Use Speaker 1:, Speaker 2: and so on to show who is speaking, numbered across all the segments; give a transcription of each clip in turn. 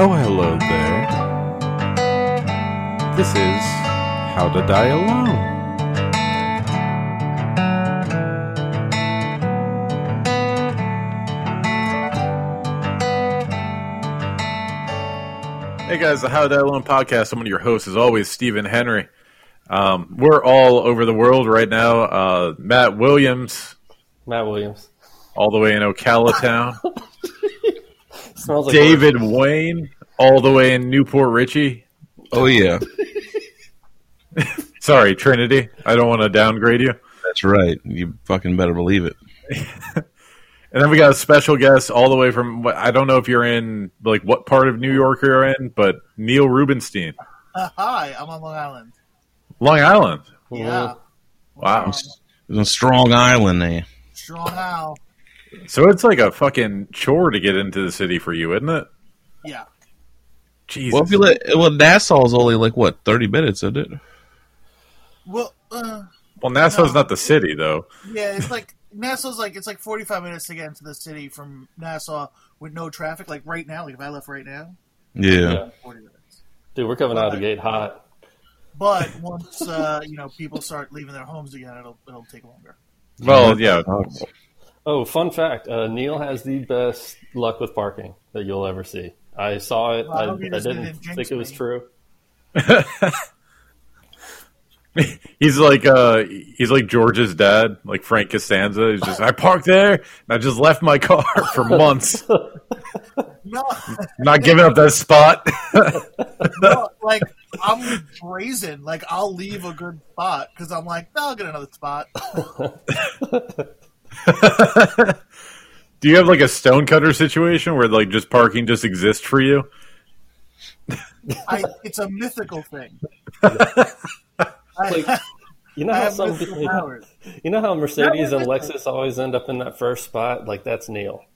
Speaker 1: Oh, hello there. This is How to Die Alone. Hey guys, the How to Die Alone podcast. I'm one of your hosts, as always, Stephen Henry. Um, we're all over the world right now. Uh, Matt Williams,
Speaker 2: Matt Williams.
Speaker 1: all the way in Ocala Town.
Speaker 2: Smells like
Speaker 1: David Wayne, all the way in Newport Richie.
Speaker 3: Oh yeah,
Speaker 1: Sorry, Trinity. I don't want to downgrade you.
Speaker 3: that's right. You fucking better believe it.
Speaker 1: And then we got a special guest all the way from I don't know if you're in like what part of New York you're in, but Neil Rubenstein,
Speaker 4: Uh, hi, I'm on Long Island.
Speaker 1: Long Island.
Speaker 2: Mhm.
Speaker 4: Yeah,
Speaker 1: Wow.
Speaker 3: It's a strong island eh? there.
Speaker 4: strong now.
Speaker 1: So it's like a fucking chore to get into the city for you, isn't it?
Speaker 4: Yeah,
Speaker 1: Jesus.
Speaker 3: Well, if you let, well, Nassau's only like what thirty minutes, isn't it?
Speaker 4: well, uh,
Speaker 1: well, Nassau's not the city though.
Speaker 4: yeah, it's like Nassau's like it's like 45 minutes to get into the city from Nassau with no traffic. Like right now, like if I left right now,
Speaker 3: Yeah.
Speaker 2: Yeah.
Speaker 4: 40 minutes.
Speaker 2: Dude, we're coming out of the gate hot.
Speaker 4: But once uh, you know people start leaving their homes again, it'll it'll take longer.
Speaker 1: Well, yeah.
Speaker 2: Oh, fun fact: uh, Neil has the best luck with parking that you'll ever see. I saw it.
Speaker 4: Well, I
Speaker 2: I, I
Speaker 4: hope you just
Speaker 2: didn't
Speaker 4: didn't jinx
Speaker 2: think it was
Speaker 4: me.
Speaker 2: true.
Speaker 1: He's like uh he's like George's dad, like Frank Costanza. He's just I parked there and I just left my car for months.
Speaker 4: No,
Speaker 1: not giving up that spot.
Speaker 4: no, like I'm brazen. Like I'll leave a good spot because I'm like, no, I'll get another spot.
Speaker 1: Do you have like a stonecutter situation where like just parking just exists for you?
Speaker 4: I, it's a mythical thing.
Speaker 2: Like,
Speaker 4: I,
Speaker 2: You know
Speaker 4: I
Speaker 2: how
Speaker 4: have
Speaker 2: some
Speaker 4: mythical
Speaker 2: people,
Speaker 4: powers.
Speaker 2: you know how Mercedes
Speaker 4: No,
Speaker 2: and
Speaker 4: no, no.
Speaker 2: Lexus always end up in that first spot. Like that's Neil.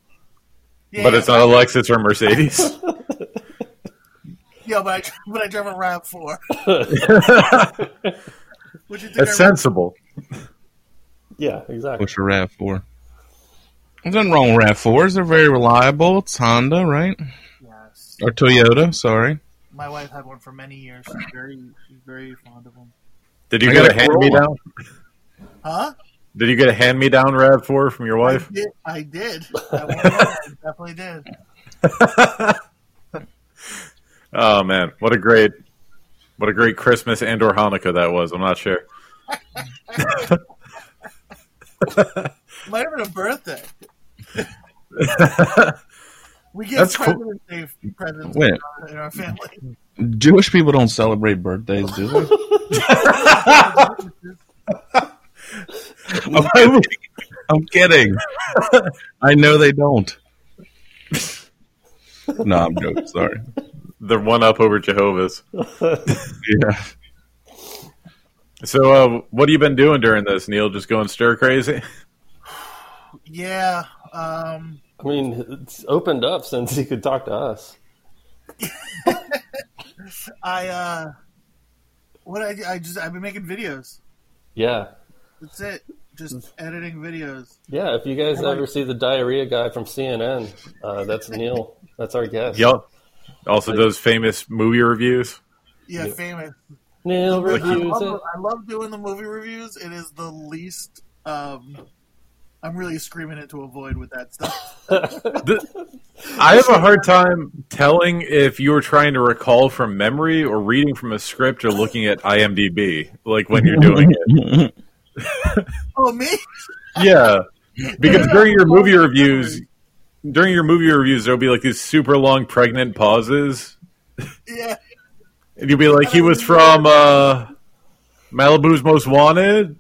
Speaker 4: Yeah,
Speaker 1: But
Speaker 4: yeah.
Speaker 1: it's not a Lexus or Mercedes.
Speaker 4: Yeah, but I, but I drive a Rav Four. Which you think
Speaker 1: That's
Speaker 4: I
Speaker 1: sensible.
Speaker 2: Yeah, exactly.
Speaker 3: What's your Rav Four? There's nothing wrong with Rav Fours. They're very reliable. It's Honda, right?
Speaker 4: yes.
Speaker 3: Or Toyota. Sorry.
Speaker 4: My wife had one for many years. She's very, she's very fond of them.
Speaker 1: Did you
Speaker 3: I
Speaker 1: get
Speaker 3: got
Speaker 1: a
Speaker 3: a
Speaker 1: hand me down?
Speaker 4: Huh?
Speaker 1: Did you get a hand me down Rav Four from your wife?
Speaker 4: I did. I, did. At one point, I definitely did.
Speaker 1: Oh man, what a great, what a great Christmas and or Hanukkah that was. I'm not sure.
Speaker 4: Might have been a birthday. we get
Speaker 1: That's cool.
Speaker 4: President's Day presents
Speaker 3: Wait.
Speaker 4: in our, in our family.
Speaker 3: Jewish people don't celebrate birthdays, do they? I'm, I'm kidding. I know they don't. no, I'm joking. Sorry.
Speaker 1: The one up over Jehovah's.
Speaker 3: Yeah.
Speaker 1: So, uh, what have you been doing during this, Neil? Just going stir crazy?
Speaker 4: Yeah. Um,
Speaker 2: I mean, it's opened up since he could talk to us.
Speaker 4: I. uh What I, I just I've been making videos.
Speaker 2: Yeah,
Speaker 4: That's it. Just
Speaker 1: Hmm.
Speaker 4: editing videos.
Speaker 2: yeah. If you guys ever see the diarrhea guy from CNN, uh, that's Neil. That's our guest.
Speaker 1: Yup. Also, those famous movie reviews.
Speaker 4: Yeah,
Speaker 2: Yeah.
Speaker 4: famous.
Speaker 2: Neil
Speaker 4: I
Speaker 2: reviews it.
Speaker 4: love, I love doing the movie reviews. It is the least. Um, I'm really screaming it to avoid with that stuff.
Speaker 1: The- I have a hard time telling if you were trying to recall from memory or reading from a script or looking at IMDb, like when you're doing it.
Speaker 4: Oh me?
Speaker 1: Yeah, because during your movie reviews, during your movie reviews, there'll be like these super long pregnant pauses,
Speaker 4: Yeah.
Speaker 1: and you'll be like, "He was from uh, Malibu's Most Wanted,"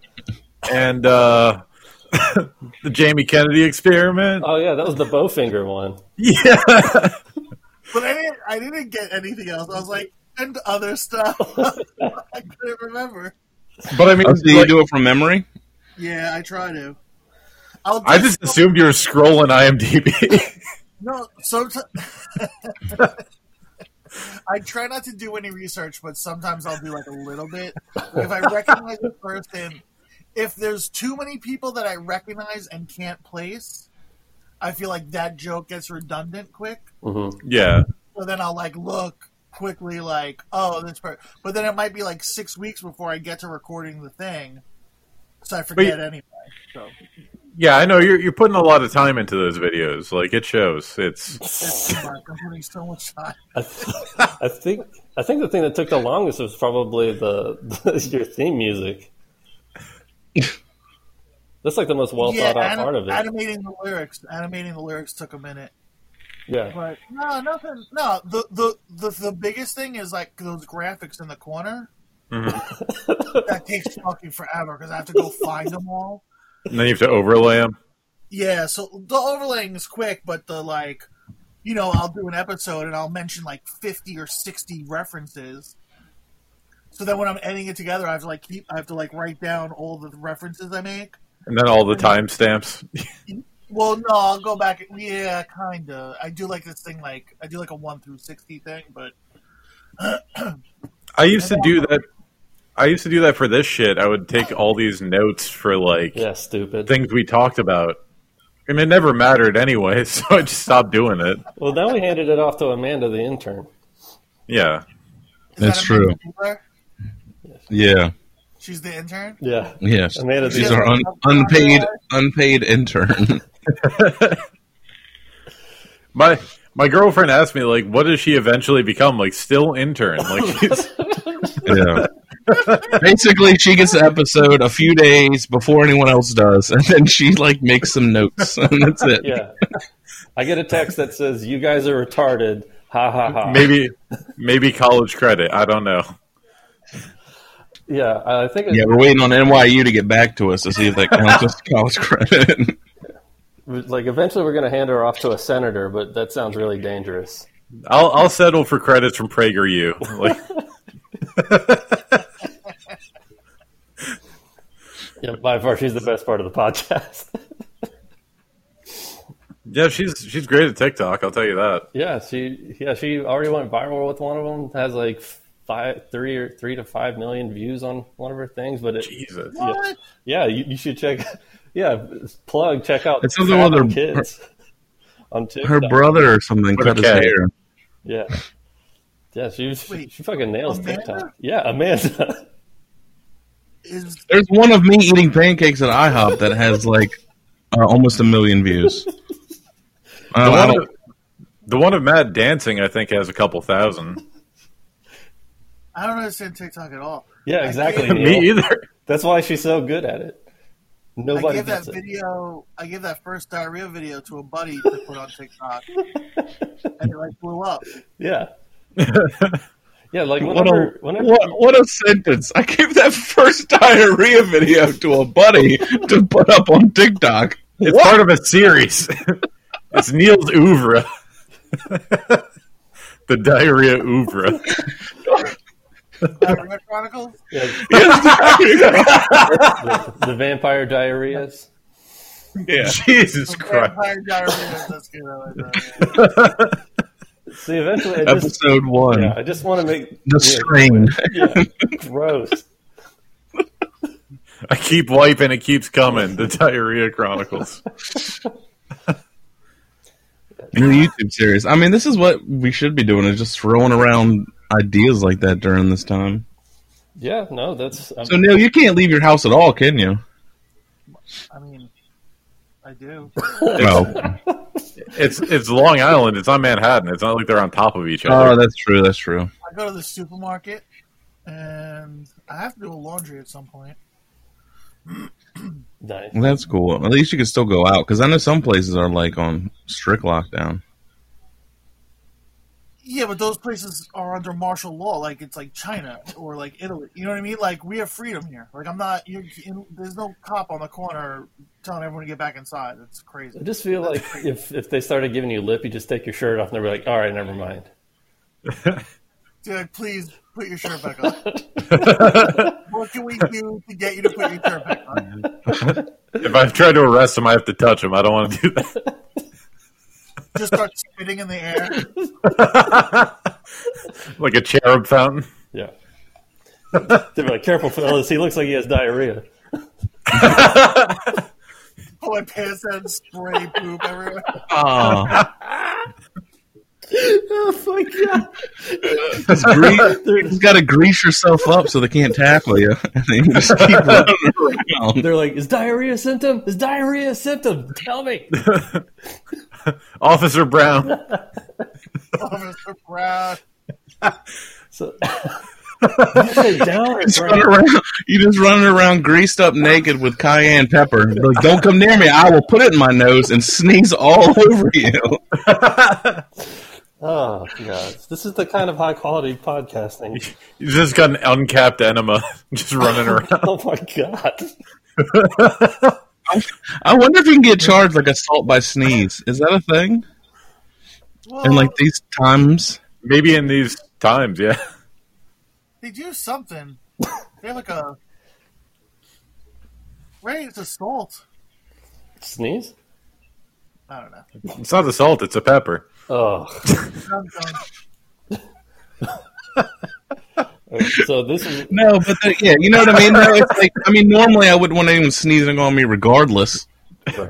Speaker 1: and uh, the Jamie Kennedy Experiment.
Speaker 2: Oh yeah, that was the Bowfinger one.
Speaker 1: Yeah,
Speaker 4: But I didn't. I didn't get anything else. I was like, and other stuff. I couldn't remember.
Speaker 1: but I mean,
Speaker 3: Oh, so you
Speaker 1: like,
Speaker 3: do it from memory?
Speaker 4: Yeah, I try to. I'll. Do
Speaker 1: I just assumed you were scrolling IMDb.
Speaker 4: No, sometimes I try not to do any research, but sometimes I'll do like a little bit. Like, if I recognize a person, if there's too many people that I recognize and can't place, I feel like that joke gets redundant quick.
Speaker 2: hmm
Speaker 1: Yeah.
Speaker 4: So then I'll like look quickly, like, oh, this part. But then it might be like six weeks before I get to recording the thing, so I forget
Speaker 1: you-
Speaker 4: anyway. So
Speaker 1: Yeah, I know you're you're putting a lot of time into those videos. Like it shows. It's
Speaker 4: it's too much. I'm putting so much time.
Speaker 2: I, th- I think I think the thing that took the longest was probably the, your theme music. That's like the most well
Speaker 4: yeah,
Speaker 2: thought out
Speaker 4: anim-
Speaker 2: part of it.
Speaker 4: animating the lyrics. Animating the lyrics took a minute.
Speaker 2: yeah,
Speaker 4: But no, nothing. No, the the the, the biggest thing is like those graphics in the corner.
Speaker 2: Mm-hmm.
Speaker 4: that takes fucking forever because I have to go find them all.
Speaker 1: and then you have to overlay them.
Speaker 4: Yeah, so the overlaying is quick, but the like, you know, I'll do an episode and I'll mention like fifty or sixty references. So then when I'm editing it together, I have to like keep, I have to like write down all the references I make.
Speaker 1: And then all the timestamps.
Speaker 4: Well, no, I'll go back. Yeah, kind of. I do like this thing, like I do like a one through sixty thing, but
Speaker 1: I used to do that. I used to do that for this shit. I would take all these notes for like
Speaker 2: yeah, stupid.
Speaker 1: things we talked about, and it never mattered anyway. So I just stopped doing it.
Speaker 2: well, now we handed it off to Amanda, the intern.
Speaker 1: Yeah,
Speaker 4: is
Speaker 3: That's
Speaker 4: that a
Speaker 3: true.
Speaker 4: Miller?
Speaker 3: Yeah,
Speaker 4: She's the intern.
Speaker 2: Yeah,
Speaker 3: yeah.
Speaker 2: Amanda, the
Speaker 3: She's our un- unpaid unpaid intern.
Speaker 1: my my girlfriend asked me like, what does she eventually become? Like, still intern? Like, she's-
Speaker 3: yeah. Basically, she gets the episode a few days before anyone else does, and then she like makes some notes, and that's it.
Speaker 2: yeah. I get a text that says, "You guys are retarded." Ha ha ha.
Speaker 1: maybe maybe college credit. I don't know.
Speaker 2: Yeah, I think it,
Speaker 3: Yeah, we're waiting on NYU to get back to us to see if that counts as college credit.
Speaker 2: like eventually we're going to hand her off to a senator, but that sounds really dangerous.
Speaker 1: I'll I'll settle for credits from PragerU. Like,
Speaker 2: Yeah, by far she's the best part of the podcast.
Speaker 1: yeah, she's she's great at TikTok. I'll tell you that.
Speaker 2: yeah, she yeah she already went viral with one of them. Has like five, three or three to five million views on one of her things. But it,
Speaker 1: Jesus.
Speaker 2: Yeah.
Speaker 4: What?
Speaker 2: yeah, you, you should check. Yeah, plug check out.
Speaker 3: It's something with
Speaker 2: Fathom
Speaker 3: her-
Speaker 2: kids on TikTok.
Speaker 3: Her brother or something
Speaker 1: With
Speaker 3: cut
Speaker 1: a
Speaker 3: his
Speaker 1: K.
Speaker 3: hair.
Speaker 2: Yeah. Yeah, she, she,
Speaker 4: Wait,
Speaker 2: she fucking nails
Speaker 4: Amanda?
Speaker 2: TikTok. Yeah, Amanda.
Speaker 4: Is
Speaker 3: There's one of me eating pancakes at IHOP that has like uh, almost a million views. Uh,
Speaker 1: The
Speaker 3: I don't- I
Speaker 1: one,
Speaker 3: don't-
Speaker 1: of, the one of Matt dancing, I think, has a couple thousand.
Speaker 4: I don't understand TikTok at all.
Speaker 2: yeah, exactly. Neil.
Speaker 1: Me either.
Speaker 2: That's why she's so good at it.
Speaker 4: I
Speaker 2: Nobody
Speaker 4: give that
Speaker 2: gets it.
Speaker 4: video. I give that first diarrhea video to a buddy to put on TikTok, and it like blew up.
Speaker 2: Yeah. yeah, like
Speaker 3: What a,
Speaker 2: whenever, whenever
Speaker 3: what, what a sentence. I gave that first diarrhea video to a buddy to put up on TikTok.
Speaker 1: It's part of a series. it's Neil's oeuvre. the diarrhea oeuvre.
Speaker 4: Diarrhea Chronicles.
Speaker 2: yeah, the, the vampire diarrheas.
Speaker 3: yeah.
Speaker 1: Jesus Christ.
Speaker 4: Vampire diarrhea. That's good. I like that.
Speaker 2: See, eventually, I just,
Speaker 3: Episode one.
Speaker 2: yeah, I just want to make
Speaker 3: The strain.
Speaker 2: yeah, gross.
Speaker 1: I keep wiping, it keeps coming. The Diarrhea Chronicles.
Speaker 3: New YouTube series. I mean, this is what we should be doing is just throwing around ideas like that during this time.
Speaker 2: Yeah, no, that's um,
Speaker 3: So, Neil, you can't leave your house at all, can you?
Speaker 4: I mean, I do.
Speaker 3: No.
Speaker 1: It's it's Long Island. It's on Manhattan. It's not like they're on top of each
Speaker 3: Oh,
Speaker 1: other.
Speaker 3: that's true. That's true.
Speaker 4: I go to the supermarket, and I have to do a laundry at some point.
Speaker 2: nice.
Speaker 3: Well, that's cool. At least you can still go out because I know some places are like on strict lockdown.
Speaker 4: Yeah, but those places are under martial law. Like it's like China or like Italy. You know what I mean? Like we have freedom here. Like I'm not. You're, in, there's no cop on the corner telling everyone to get back inside. It's crazy.
Speaker 2: I just feel like if if they started giving you lip, you just take your shirt off and they're like, all right, never mind.
Speaker 4: Dude, like, please put your shirt back on. what can we do to get you to put your shirt back on?
Speaker 1: If I've tried to arrest him, I have to touch him. I don't want to do that.
Speaker 4: Just start spitting in the air.
Speaker 1: like a cherub fountain.
Speaker 2: Yeah. They'd be like, careful, fellas. He looks like he has diarrhea.
Speaker 4: Pull my pants out and spray poop everywhere.
Speaker 3: Oh.
Speaker 2: Oh my god!
Speaker 3: Just gre- he's got to grease yourself up so they can't tackle you. And then you just keep running around.
Speaker 2: They're like, is diarrhea a symptom? Is diarrhea a symptom? Tell me.
Speaker 1: Officer Brown.
Speaker 4: Officer Oh, Brown.
Speaker 2: So, you say down or
Speaker 3: Just
Speaker 2: brown?
Speaker 3: run around. You just running around greased up naked with cayenne pepper. Like, don't come near me. I will put it in my nose and sneeze all over you.
Speaker 2: Oh god, this is the kind of high quality podcasting.
Speaker 1: You just got an uncapped enema just running around.
Speaker 2: Oh my god!
Speaker 3: I wonder if you can get charged like assault by sneeze. Is that a thing?
Speaker 4: Well,
Speaker 3: And like these times,
Speaker 1: Maybe in these times, yeah.
Speaker 4: they do something. They're like a. Right, it's assault.
Speaker 2: Sneeze.
Speaker 4: I don't know.
Speaker 1: It's not the salt, it's a pepper.
Speaker 2: Oh,
Speaker 4: I'm done.
Speaker 2: so this is
Speaker 3: no, but the, yeah, you know what I mean. No, it's like I mean, normally I wouldn't want anyone sneezing on me, regardless.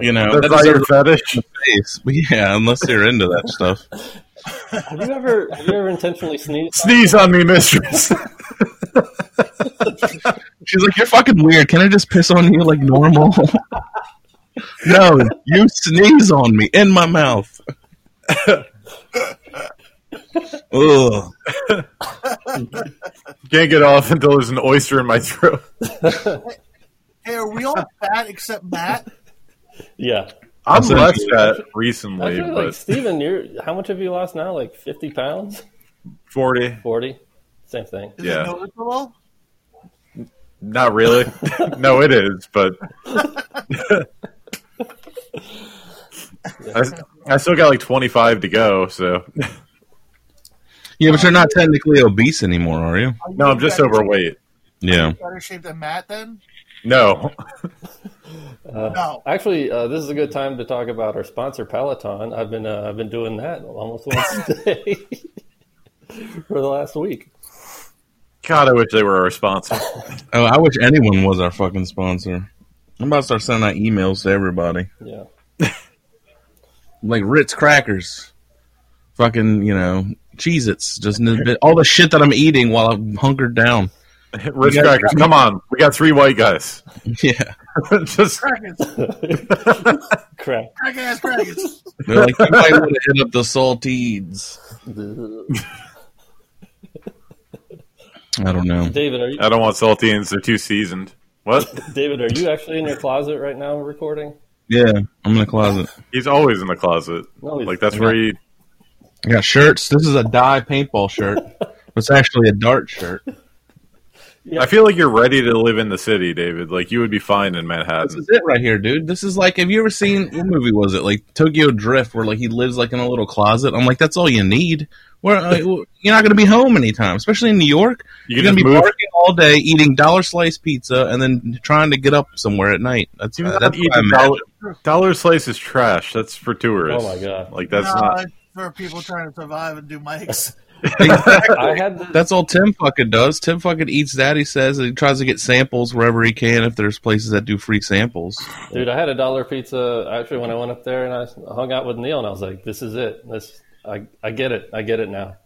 Speaker 3: You know,
Speaker 1: That's
Speaker 3: that
Speaker 1: not your
Speaker 3: deserves
Speaker 1: fetish.
Speaker 3: face. But yeah, unless they're into that stuff.
Speaker 2: Have you ever have you ever intentionally sneezed?
Speaker 1: Sneeze on me, mistress.
Speaker 3: She's like, "You're fucking weird. Can I just piss on you like normal?" no, you sneeze on me in my mouth. Ugh.
Speaker 1: Can't get off until there's an oyster in my throat.
Speaker 4: Hey, are we all fat except Matt?
Speaker 2: Yeah.
Speaker 1: I'm
Speaker 3: That's
Speaker 1: less
Speaker 3: interesting.
Speaker 1: fat
Speaker 2: I
Speaker 1: recently,
Speaker 2: feel like
Speaker 1: but
Speaker 2: Steven, you're how much have you lost now? Like fifty pounds?
Speaker 1: 40.
Speaker 2: Forty? Same thing.
Speaker 4: Is
Speaker 1: Yeah.
Speaker 4: it noticeable?
Speaker 1: Not really. no, it is, but I, I still got like 25 to go. So
Speaker 3: Yeah, but you're not technically obese anymore, are you?
Speaker 4: Are you
Speaker 1: no, I'm
Speaker 4: in
Speaker 1: just
Speaker 4: better-
Speaker 1: overweight.
Speaker 3: Yeah.
Speaker 4: Better shape than Matt, then?
Speaker 1: No,
Speaker 4: No.
Speaker 2: Actually, uh, this is a good time to talk about our sponsor, Peloton. I've been uh, I've been doing that almost once a day for the last week.
Speaker 1: God, I wish they were a sponsor.
Speaker 3: Oh, I wish anyone was our fucking sponsor. I'm about to start sending out emails to everybody,
Speaker 2: Yeah.
Speaker 3: like Ritz crackers, fucking you know, Cheez-Its, just n- bit- all the shit that I'm eating while I'm hunkered down.
Speaker 1: Wrist crackers, come on. We got three white guys.
Speaker 3: Yeah,
Speaker 1: just
Speaker 4: Crackers.
Speaker 2: Crap.
Speaker 4: Crack ass crackers.
Speaker 3: they're like you might want to hit up the saltines.
Speaker 2: David,
Speaker 3: I don't know.
Speaker 2: are you
Speaker 1: I don't want saltines. They're too seasoned. What?
Speaker 2: David, are you actually in your closet right now recording?
Speaker 3: Yeah, I'm in the closet.
Speaker 1: He's always in the closet.
Speaker 2: No, he's-
Speaker 1: Like that's where he.
Speaker 3: I got shirts. This is a dye paintball shirt. It's actually a dart shirt.
Speaker 1: I feel like you're ready to live in the city, David. Like you would be fine in
Speaker 3: This
Speaker 1: Manhattan.
Speaker 3: is it right here, dude. This is like, have you ever seen what movie was it? Like Tokyo Drift, where like he lives like in a little closet. I'm like, that's all you need. Where uh, you're not going to be home anytime, especially in New York.
Speaker 1: You
Speaker 3: You're
Speaker 1: can
Speaker 3: going to
Speaker 1: just
Speaker 3: be
Speaker 1: move.
Speaker 3: working all day, eating dollar slice pizza, and then trying to get up somewhere at night. That's
Speaker 1: Do
Speaker 3: uh,
Speaker 1: not
Speaker 3: that's
Speaker 1: eat
Speaker 3: what I
Speaker 1: the
Speaker 3: imagine.
Speaker 1: dollar, dollar slice is trash. That's for tourists.
Speaker 2: Oh my God.
Speaker 1: Like that's
Speaker 4: no,
Speaker 1: not.
Speaker 4: it's for people trying to survive and do mics.
Speaker 2: I had the,
Speaker 3: That's all Tim fucking does. Tim fucking eats that. He says and he tries to get samples wherever he can. If there's places that do free samples,
Speaker 2: Dude, I had a dollar pizza actually when I went up there and I hung out with Neil and I was like, "This is it. This I I get it. I get it now."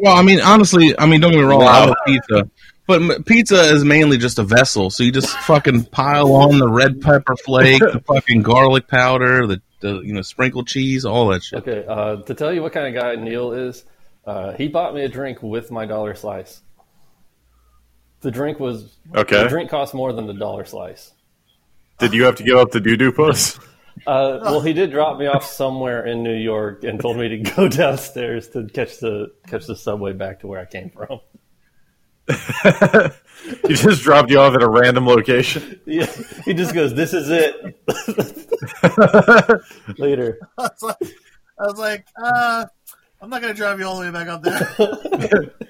Speaker 3: Well, I mean, honestly, I mean, don't get me wrong. I
Speaker 1: Wow.
Speaker 3: love pizza, but m- pizza is mainly just a vessel. So you just fucking pile on the red pepper flake, the fucking garlic powder, the, the you know sprinkled cheese, all that shit.
Speaker 2: Okay, uh, to tell you what kind of guy Neil is, uh, he bought me a drink with my dollar slice. The drink was the
Speaker 1: Okay.
Speaker 2: drink cost more than the dollar slice.
Speaker 1: Did you have to give up the doo doo post?
Speaker 2: Uh, well, he did drop me off somewhere in New York and told me to go downstairs to catch the catch the subway back to where I came from.
Speaker 1: He just dropped you off at a random location.
Speaker 2: Yeah, he just goes, "This is it." Later.
Speaker 4: I was like, I was like uh, I'm not going to drive you all the way back up there.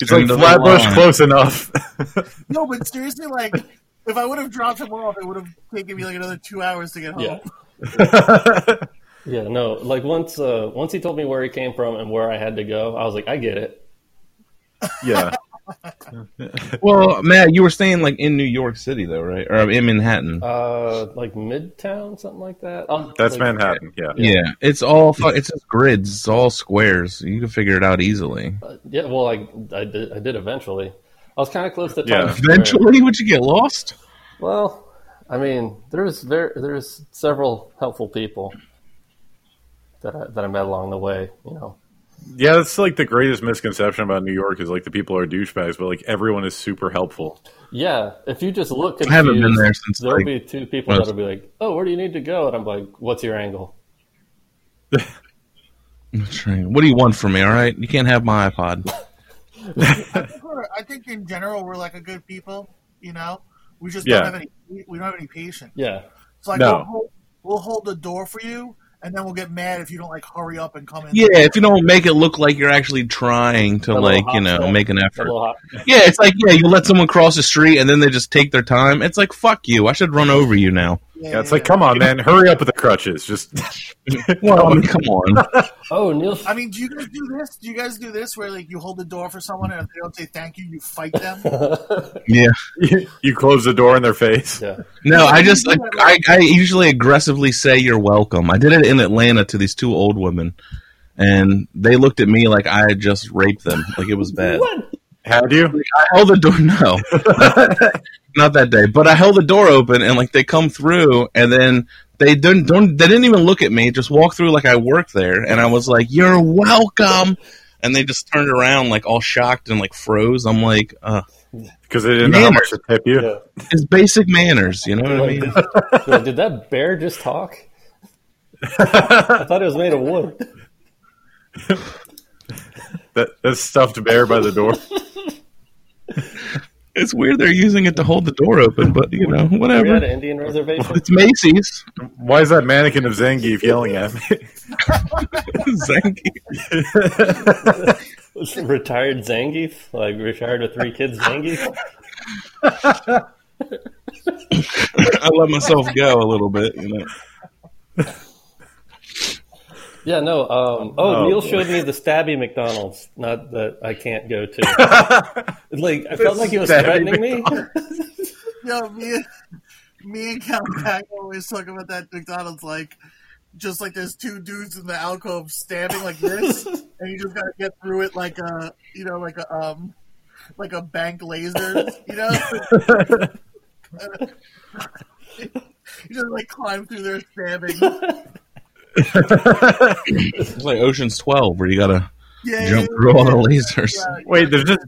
Speaker 1: It's like
Speaker 3: End of the
Speaker 1: Flatbush
Speaker 3: line.
Speaker 1: close enough.
Speaker 4: No, but seriously, like, if I would have dropped him off, it would have taken me like another two hours to get home.
Speaker 2: Yeah.
Speaker 3: Oh.
Speaker 2: yeah, no. Like once uh once he told me where he came from and where I had to go, I was like, I get it.
Speaker 1: yeah.
Speaker 3: Well, Matt, you were staying like in New York City though, right? Or in Manhattan.
Speaker 2: Uh, like Midtown, something like that.
Speaker 3: Oh,
Speaker 2: Um,
Speaker 1: That's
Speaker 2: like,
Speaker 1: Manhattan. Yeah.
Speaker 3: yeah. it's all fu- it's just grids, it's all squares. You can figure it out easily.
Speaker 2: uh, yeah, well, I, I did. I did eventually. I was kind of close to
Speaker 1: Yeah.
Speaker 2: Times Square.
Speaker 3: Eventually, would you get lost?
Speaker 2: Well, I mean, there was very there was several helpful people that I, that I met along the way. You know,
Speaker 1: Yeah, that's like the greatest misconception about New York is like the people are douchebags, but like everyone is super helpful.
Speaker 2: yeah. If you just look, confused,
Speaker 3: I haven't been there since,
Speaker 2: There'll
Speaker 3: like,
Speaker 2: be two people
Speaker 3: most-
Speaker 2: that'll be like, "Oh, where do you need to go?" And I'm like, "What's your angle?"
Speaker 3: That's right. What do you want from me? All right, you can't have my iPod.
Speaker 4: I think, we're, I think in general we're like a good people. You know, we just
Speaker 1: Yeah.
Speaker 4: don't have any. We don't have any patience.
Speaker 2: Yeah,
Speaker 4: It's like
Speaker 1: No.
Speaker 4: we'll, hold, we'll hold the door for you, and then we'll get mad if you don't like hurry up and come in.
Speaker 3: Yeah, if you don't make it look like you're actually trying to
Speaker 2: That little
Speaker 3: like you
Speaker 2: hop
Speaker 3: know
Speaker 2: step.
Speaker 3: make an
Speaker 2: a
Speaker 3: effort.
Speaker 2: little hot.
Speaker 3: Yeah, it's like yeah, you let someone cross the street and then they just take their time. It's like fuck you. I should run over you now.
Speaker 1: Yeah, it's like, come on, man, hurry up with the crutches. Just
Speaker 3: Well, I mean, come on.
Speaker 2: Oh, Neil.
Speaker 4: I mean, do you guys do this? Do you guys do this where like you hold the door for someone and if they don't say thank you, you fight them?
Speaker 3: Yeah.
Speaker 1: you close the door in their face.
Speaker 2: yeah,
Speaker 3: No, I just I, I, I usually aggressively say you're welcome. I did it in Atlanta to these two old women, and they looked at me like I had just raped them. Like it was bad.
Speaker 1: Had you?
Speaker 3: I held the door. No, not that day. But I held the door open, and like they come through, and then they didn't don't they didn't even look at me. Just walked through like I worked there, and I was like, "You're welcome." And they just turned around like all shocked and like froze. I'm like, uh,
Speaker 1: Because they didn't know how much to tip you.
Speaker 2: yeah.
Speaker 3: it's basic manners, you know what I
Speaker 2: Like,
Speaker 3: mean?
Speaker 2: did, like, did that bear just talk? I thought it was made of wood.
Speaker 1: That that's stuffed bear by the door.
Speaker 3: It's weird they're using it to hold the door open, but you know,
Speaker 2: We had
Speaker 3: whatever.
Speaker 2: an Indian reservation.
Speaker 3: It's Macy's.
Speaker 1: Why is that mannequin of Zangief yelling at me?
Speaker 3: Zanky.
Speaker 2: retired Zangief, like retired with three kids. Zangief.
Speaker 3: I let myself go a little bit, you know.
Speaker 2: Yeah, no. Um, oh,
Speaker 1: Oh,
Speaker 2: Neil
Speaker 1: boy.
Speaker 2: showed me the stabby McDonald's. Not that I can't go to. like I felt like he was
Speaker 1: Stabby
Speaker 2: threatening me.
Speaker 4: Yo, me, me and Count Pack always talk about that McDonald's like just like there's two dudes in the alcove standing like this, and you just gotta get through it like a you know like a um like a bank laser, you know. You just like climb through there stabbing. Yeah,
Speaker 3: It's like Ocean's Twelve where you gotta
Speaker 4: yeah,
Speaker 3: jump through all the lasers.
Speaker 4: yeah,
Speaker 1: Wait, there's just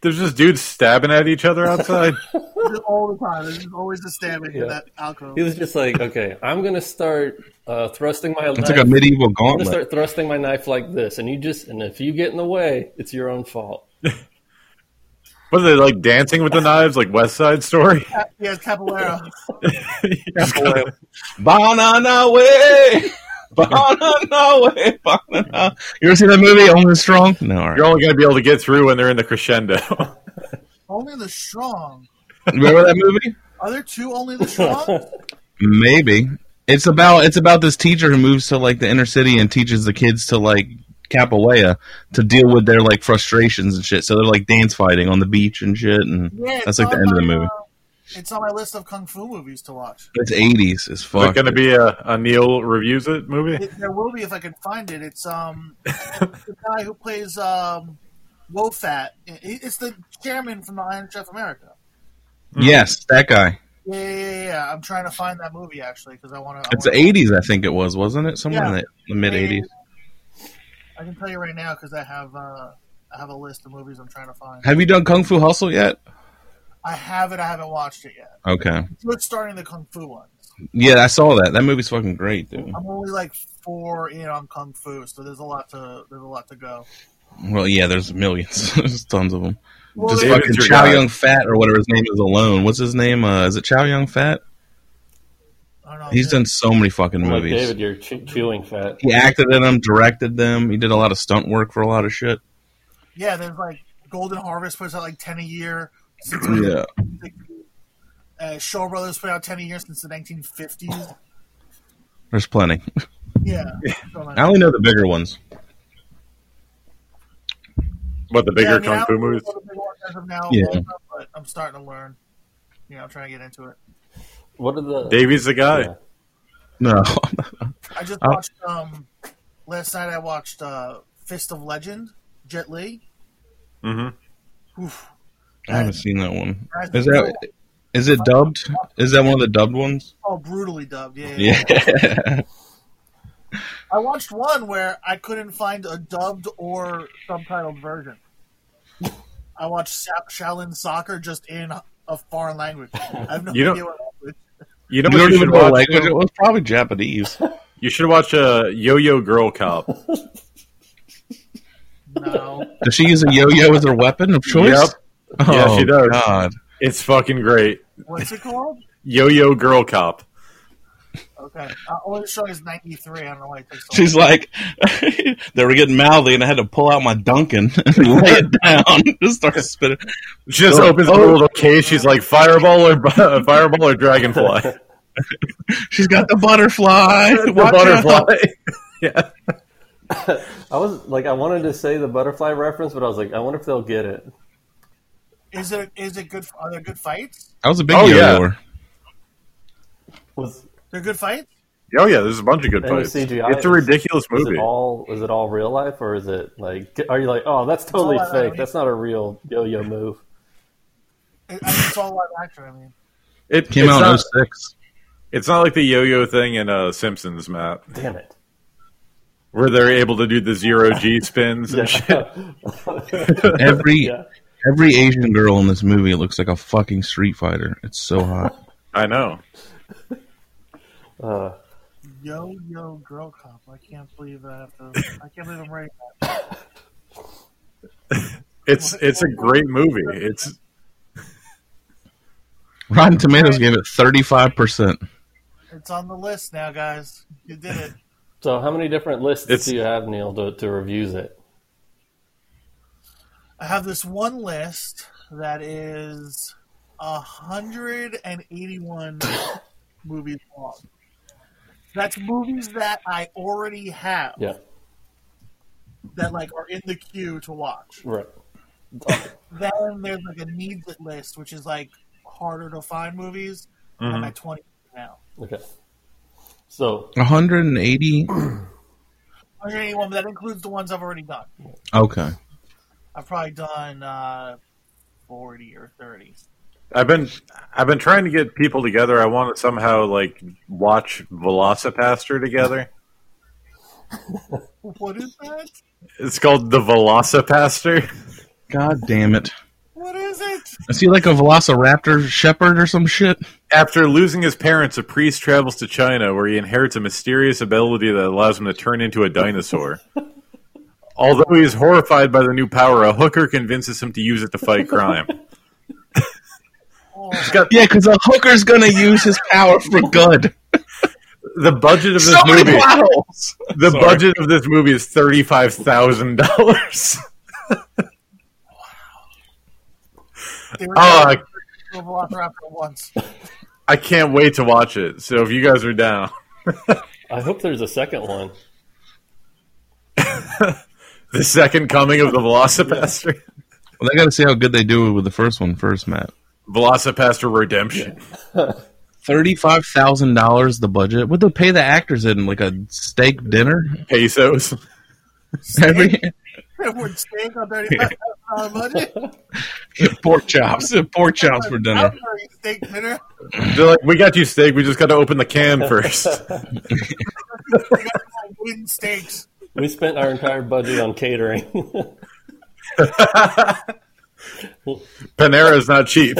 Speaker 1: there's just dudes stabbing at each other outside.
Speaker 4: yeah, all the time. There's always a stabbing
Speaker 2: Yeah.
Speaker 4: in that alcove.
Speaker 2: he was just like, "Okay, I'm gonna start uh, thrusting my
Speaker 3: It's
Speaker 2: knife.
Speaker 3: like a medieval
Speaker 2: I'm gonna
Speaker 3: gauntlet.
Speaker 2: start thrusting my knife like this, and you just and if you get in the way, it's your own fault."
Speaker 1: Was they like dancing with the knives, like West Side Story?
Speaker 4: Yeah, Capoeira.
Speaker 3: Banana way. Banana way. Banana. You ever see that movie, Only Strong? No, all
Speaker 1: You're
Speaker 3: right.
Speaker 1: only going to be able to get through when they're in the crescendo.
Speaker 4: Only the strong.
Speaker 3: Remember that movie?
Speaker 4: Are there two only the strong?
Speaker 3: Maybe. It's about it's about this teacher who moves to like the inner city and teaches the kids to like capoeira to deal with their like frustrations and shit. So they're like dance fighting on the beach and shit, and
Speaker 4: Yeah, it's
Speaker 3: that's like the
Speaker 4: on
Speaker 3: end of the
Speaker 4: my,
Speaker 3: movie.
Speaker 4: uh, it's on my list of kung fu movies to watch.
Speaker 3: It's eighties as
Speaker 1: Is it
Speaker 3: fuck.
Speaker 1: going to be a, a Neil reviews it movie?
Speaker 4: It, there will be if I can find it. It's um the guy who plays um Wofat. It- It's the chairman from the Iron Chef America.
Speaker 3: yes, that guy.
Speaker 4: Yeah, yeah, yeah, yeah. I'm trying to find that movie actually because I want to.
Speaker 3: It's the eighties, I think it was, wasn't it? Somewhere in
Speaker 4: Yeah.
Speaker 3: the, the mid eighties.
Speaker 4: I can tell you right now because I have uh, I have a list of movies I'm trying to find.
Speaker 3: Have you done Kung Fu Hustle yet?
Speaker 4: I have it. I haven't watched it yet.
Speaker 3: Okay.
Speaker 4: It's starting the kung fu ones.
Speaker 3: Yeah, I saw that. That movie's fucking great, dude.
Speaker 4: I'm only like four in on kung fu, so there's a lot to there's a lot to go.
Speaker 3: Well, yeah, there's millions. there's tons of them.
Speaker 4: Well,
Speaker 3: Just
Speaker 4: there's-
Speaker 1: David's
Speaker 3: fucking
Speaker 1: your
Speaker 3: Chow
Speaker 1: guy.
Speaker 3: Young Fat or whatever his name is alone. What's his name? Uh, is it Chow Young Fat?
Speaker 4: I don't know,
Speaker 3: He's done so many fucking
Speaker 1: Uh,
Speaker 2: I'm like,
Speaker 3: movies.
Speaker 2: David, you're che- chewing fat.
Speaker 3: He acted in them, directed them. He did a lot of stunt work for a lot of shit.
Speaker 4: Yeah, there's like Golden Harvest puts out like ten a year. Since
Speaker 3: Yeah,
Speaker 4: uh, Shaw Brothers put out ten a year since the 1950s.
Speaker 3: there's plenty.
Speaker 4: Yeah, So, like,
Speaker 3: I only know the bigger ones.
Speaker 1: What, the bigger
Speaker 4: yeah, I mean, I
Speaker 1: Kung Fu
Speaker 4: don't know
Speaker 1: movies?
Speaker 4: the big ones as of now,
Speaker 3: Yeah.
Speaker 4: but I'm starting to learn. You know, I'm trying to get into it.
Speaker 2: What are the
Speaker 1: Davey's the guy.
Speaker 2: Yeah.
Speaker 3: No,
Speaker 4: I just
Speaker 3: Oh.
Speaker 4: watched um last night. I watched uh Fist of Legend, Jet Li.
Speaker 1: Mm-hmm.
Speaker 4: Oof.
Speaker 3: I haven't seen that one.
Speaker 4: That's
Speaker 3: Is that is it dubbed? Is that one of the dubbed ones?
Speaker 4: all Oh, brutally dubbed? Yeah, yeah, yeah.
Speaker 3: Yeah.
Speaker 4: I watched one where I couldn't find a dubbed or subtitled version. I watched Sha- Shaolin Soccer just in a foreign language. I have no
Speaker 1: You don't-
Speaker 4: idea what language.
Speaker 1: You know
Speaker 3: You
Speaker 1: what
Speaker 3: don't
Speaker 1: you
Speaker 3: even
Speaker 1: should
Speaker 3: know
Speaker 1: watch?
Speaker 3: language. It
Speaker 1: too?
Speaker 3: was probably Japanese.
Speaker 1: You should watch uh, Yo-Yo Girl Cop.
Speaker 4: No,
Speaker 3: Does she use a yo-yo as her weapon of choice?
Speaker 1: Yep. Yeah,
Speaker 3: Oh,
Speaker 1: she does.
Speaker 3: God.
Speaker 1: It's fucking great.
Speaker 4: what's it called?
Speaker 1: Yo-Yo Girl Cop.
Speaker 4: Okay, uh, only the show is ninety three. I don't know why it takes so
Speaker 3: She's like, they were getting mouthy, and I had to pull out my Duncan and lay it down. Just start spitting.
Speaker 1: She just
Speaker 3: Oh,
Speaker 1: opens the
Speaker 3: oh.
Speaker 1: little case. She's like fireball or fireball or dragonfly.
Speaker 3: She's got the butterfly.
Speaker 1: the
Speaker 3: Watch out.
Speaker 1: butterfly.
Speaker 2: I was like, I wanted to say the butterfly reference, but I was like, I wonder if they'll get it.
Speaker 4: long. Is it is it good? Are there good fights?
Speaker 3: That was a big
Speaker 1: Oh,
Speaker 3: yo
Speaker 1: yeah.
Speaker 3: yoer.
Speaker 2: Was
Speaker 4: They're good fights.
Speaker 1: Oh yeah, there's a bunch of good
Speaker 2: And the
Speaker 1: fights.
Speaker 2: CGI
Speaker 1: It's a
Speaker 2: is-
Speaker 1: ridiculous
Speaker 2: is
Speaker 1: movie.
Speaker 2: it all is it all real life or is it like are you like oh that's totally
Speaker 4: all I
Speaker 2: fake
Speaker 4: know.
Speaker 2: that's not a real yo-yo move
Speaker 4: I I mean, it's all live action. I mean,
Speaker 1: It
Speaker 3: Came
Speaker 1: it's
Speaker 3: out in
Speaker 1: Not,
Speaker 3: 06.
Speaker 1: it's not like the yo-yo thing in uh, Simpsons, Matt,
Speaker 2: damn it
Speaker 1: where they're able to do the zero G spins and shit.
Speaker 3: Every,
Speaker 2: Yeah.
Speaker 3: every Asian girl in this movie looks like a fucking Street Fighter. It's so hot.
Speaker 1: I know.
Speaker 2: uh,
Speaker 4: yo yo girl cop. I can't believe I have to. I can't believe I'm writing that.
Speaker 1: It's it's a great movie. It's
Speaker 3: Rotten Tomatoes gave it 35%.
Speaker 4: It's on the list now, guys. You did it.
Speaker 2: so how many different lists
Speaker 1: It's-
Speaker 2: do you have neil to, to reviews it
Speaker 4: I have this one list that is 181 movies long. That's movies that I already have
Speaker 2: yeah
Speaker 4: that like are in the queue to watch.
Speaker 2: right
Speaker 4: Then there's like a needs it list, which is like harder to find movies.
Speaker 1: Mm-hmm.
Speaker 4: I'm at 20 now.
Speaker 2: okay so
Speaker 3: 180.
Speaker 4: 181, but that includes the ones I've already done.
Speaker 3: Okay.
Speaker 4: I've probably done uh, 40 or 30.
Speaker 1: I've been I've been trying to get people together. I want to somehow like watch Velocipaster together.
Speaker 4: What is that?
Speaker 1: It's called the Velocipaster.
Speaker 3: God damn it.
Speaker 4: What is it?
Speaker 3: Is he like a velociraptor shepherd or some shit?
Speaker 1: After losing his parents, a priest travels to China where he inherits a mysterious ability that allows him to turn into a dinosaur. Although he is horrified by the new power, a hooker convinces him to use it to fight crime.
Speaker 4: Oh,
Speaker 3: Yeah, because a hooker's gonna use his power for good.
Speaker 1: The budget of this
Speaker 3: So many
Speaker 1: movie
Speaker 3: bottles.
Speaker 1: the
Speaker 3: Sorry.
Speaker 1: budget of this movie is thirty five thousand dollars.
Speaker 4: they were
Speaker 1: Oh,
Speaker 4: to a Velociraptor once.
Speaker 1: I can't wait to watch it. So if you guys are down,
Speaker 2: i hope there's a second one
Speaker 1: the second coming of the Velocipaster,
Speaker 3: Well, I gotta see how good they do with the first one first, Matt.
Speaker 1: Velocipaster Redemption.
Speaker 3: Thirty-five thousand dollars the budget. Would they pay the actors in like a steak dinner
Speaker 1: pesos.
Speaker 3: every
Speaker 4: It would stink on thirty five thousand dollar budget.
Speaker 3: pork chops? Pork chops for
Speaker 4: I
Speaker 3: dinner.
Speaker 4: don't know, you steak dinner.
Speaker 1: They're like, we got you steak. We just got to open the can first.
Speaker 4: You gotta have wooden steaks.
Speaker 2: we spent our entire budget on catering
Speaker 1: Panera's not cheap.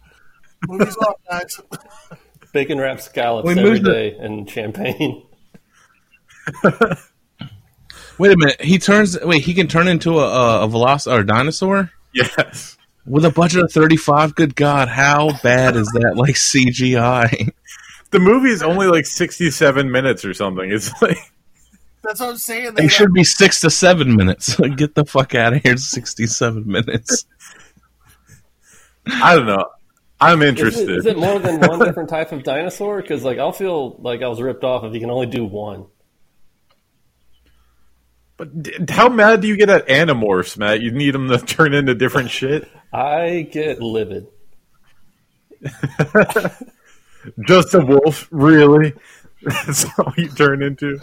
Speaker 4: Movies off, guys.
Speaker 2: bacon wrapped scallops
Speaker 3: We
Speaker 2: every
Speaker 3: moved it.
Speaker 2: day and champagne
Speaker 3: Wait a minute. He turns. Wait, he can turn into a a, a veloc or a dinosaur
Speaker 1: yes.
Speaker 3: with a budget of thirty-five. Good God, how bad is that? Like CGI.
Speaker 1: The movie is only like 67 minutes or something. It's like,
Speaker 4: That's what I'm saying. They,
Speaker 3: It
Speaker 4: like,
Speaker 3: should be six to seven minutes. Get the fuck out of here. Sixty-seven minutes.
Speaker 1: I don't know. I'm
Speaker 2: Is
Speaker 1: interested.
Speaker 2: it, is it more than one different type of dinosaur? Because like I'll feel like I was ripped off if you can only do one.
Speaker 1: but d- how mad do you get at Animorphs, Matt? You need them to turn into different shit.
Speaker 2: I get livid.
Speaker 1: Just a wolf, really? That's all you turn into.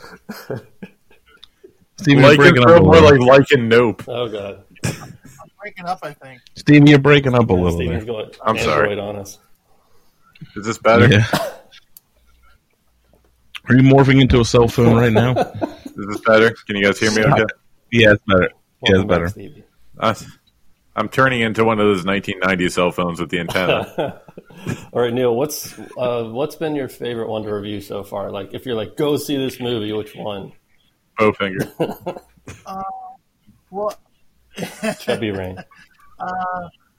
Speaker 3: Steven,
Speaker 1: Like and
Speaker 3: you're breaking up
Speaker 1: throw
Speaker 3: a
Speaker 1: more
Speaker 3: little.
Speaker 1: like like and nope.
Speaker 2: Oh god,
Speaker 4: breaking up. I think.
Speaker 3: Steven, you're breaking up a little
Speaker 2: Steven's
Speaker 3: there.
Speaker 2: going
Speaker 1: I'm
Speaker 2: Android
Speaker 1: sorry.
Speaker 2: on us.
Speaker 1: Is this better?
Speaker 3: Yeah. Are you morphing into a cell phone right now?
Speaker 1: Is this better? Can you guys hear me?
Speaker 3: Stop.
Speaker 1: Okay.
Speaker 3: yeah, it's better. Yeah,
Speaker 2: Welcome
Speaker 3: it's
Speaker 2: back,
Speaker 3: better.
Speaker 2: Stevie.
Speaker 1: Uh, I'm turning into one of those 1990 cell phones with the antenna.
Speaker 2: All right, Neil, what's uh, what's been your favorite one to review so far? Like, if you're like, go see this movie, which one?
Speaker 1: Bowfinger.
Speaker 4: Well,
Speaker 2: Chubby Rain.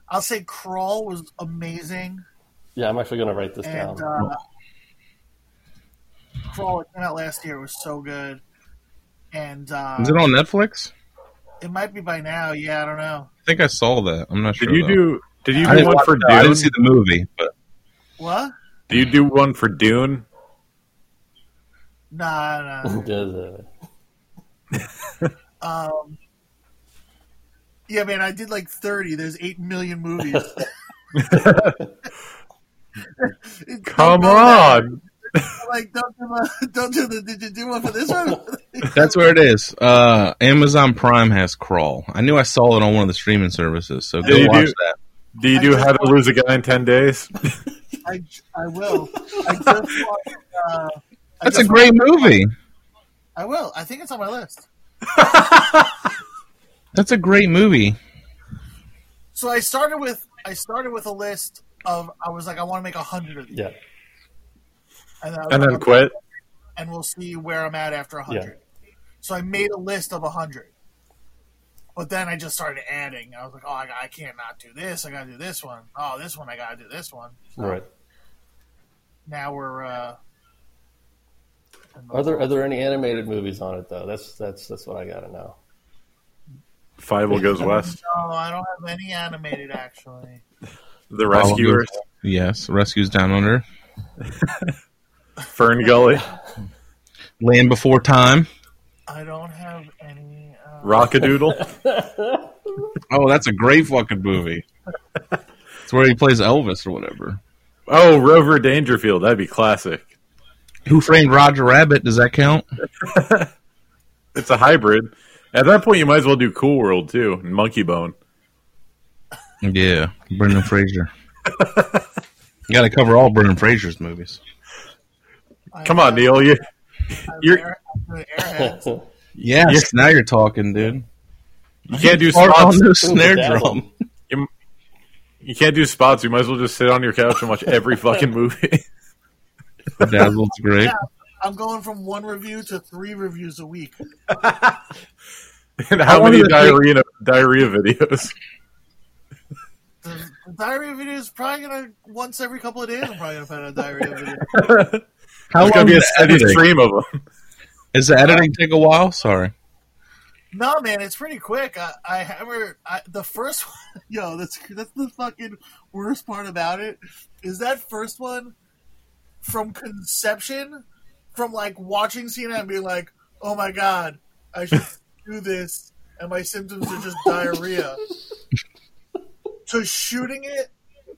Speaker 4: I'll say Crawl was amazing,
Speaker 2: Yeah, I'm actually going to write this
Speaker 4: and
Speaker 2: down.
Speaker 4: uh, Crawl it came out last year. It was so good, and uh,
Speaker 3: Is it on Netflix?
Speaker 4: it might be by now. Yeah, I don't know.
Speaker 3: I think I saw that. I'm not sure.
Speaker 1: Did you
Speaker 3: though.
Speaker 1: do? Did you do
Speaker 3: I didn't,
Speaker 1: one
Speaker 3: watch
Speaker 1: for
Speaker 3: that. I
Speaker 1: Dune?
Speaker 3: didn't see the movie, but
Speaker 4: What?
Speaker 1: Do you do one for Dune?
Speaker 4: Nah, nah.
Speaker 2: Does, uh,
Speaker 4: Um, yeah, man, I did like 30. There's 8 million movies. It-
Speaker 1: Come
Speaker 4: don't go there.
Speaker 1: on.
Speaker 4: Like, don't do, the, don't do the. Did you do one for this one?
Speaker 3: that's where it is. Uh, Amazon Prime has Crawl. I knew I saw it on one of the streaming services, so go
Speaker 1: Yeah, you
Speaker 3: watch
Speaker 1: do.
Speaker 3: that.
Speaker 1: Do you
Speaker 4: I
Speaker 1: do
Speaker 4: just
Speaker 1: How to Lose a Guy in Ten Days?
Speaker 4: I, I will. I just watched, uh, I
Speaker 3: That's a
Speaker 4: just
Speaker 3: great movie.
Speaker 4: I will. I think it's on my list.
Speaker 3: That's a great movie.
Speaker 4: So I started with I started with a list of I was like I want to make a hundred of these,
Speaker 2: yeah,
Speaker 4: and then, I was
Speaker 1: And
Speaker 4: like,
Speaker 1: then
Speaker 4: okay,
Speaker 1: quit.
Speaker 4: and we'll see where I'm at after a hundred. So I made a list of a hundred, but then I just started adding. I was like, oh, I, I can't not do this. I got to do this one. Oh, this one I got to do this one. So
Speaker 2: right.
Speaker 4: Now we're uh,
Speaker 2: Are there are there any animated movies on it though? That's that's that's what I got to know.
Speaker 1: Five will goes west.
Speaker 4: no, I don't have any animated actually.
Speaker 1: The Rescuers.
Speaker 3: Yes, Rescues Down Under.
Speaker 1: Fern Gully.
Speaker 3: Land Before Time.
Speaker 4: I don't have any. Uh,
Speaker 1: Rockadoodle.
Speaker 3: Oh, that's a great fucking movie. It's where he plays Elvis or whatever.
Speaker 1: Oh, Rover Dangerfield. That'd be classic.
Speaker 3: Who framed Roger Rabbit? Does that count?
Speaker 1: It's a hybrid. At that point, you might as well do Cool World too and Monkey Bone.
Speaker 3: Yeah, Brendan Fraser. you got to cover all Brendan Fraser's movies.
Speaker 4: I
Speaker 1: Come on,
Speaker 4: have-
Speaker 1: Neil. You
Speaker 4: I have
Speaker 1: you're-
Speaker 4: Air- I have Airheads.
Speaker 3: Yes, now you're talking, dude.
Speaker 1: you can't do
Speaker 3: Fart on
Speaker 1: spots.
Speaker 3: the snare
Speaker 2: Dazzle.
Speaker 3: drum.
Speaker 1: You can't do spots. You might as well just sit on your couch and watch every fucking movie.
Speaker 3: Dazzle's great.
Speaker 4: I'm going from one review to three reviews a week.
Speaker 1: and
Speaker 3: I
Speaker 1: how
Speaker 3: wanted
Speaker 1: many
Speaker 3: to
Speaker 1: diarrhea
Speaker 3: think-
Speaker 1: diarrhea videos?
Speaker 4: The, the diarrhea video is probably gonna once every couple of days. I'm probably gonna put out a diarrhea video.
Speaker 3: How
Speaker 1: It's gonna
Speaker 3: long
Speaker 1: be a
Speaker 3: is the
Speaker 1: steady
Speaker 3: editing?
Speaker 1: stream of them.
Speaker 3: Is the editing take a while? Sorry.
Speaker 4: No, man, it's pretty quick. I, I hammer I, the first one. Yo, that's that's the fucking worst part about it is that first one from conception, from like watching CNN and being like, oh my god, I should do this, and my symptoms are just diarrhea. to shooting it,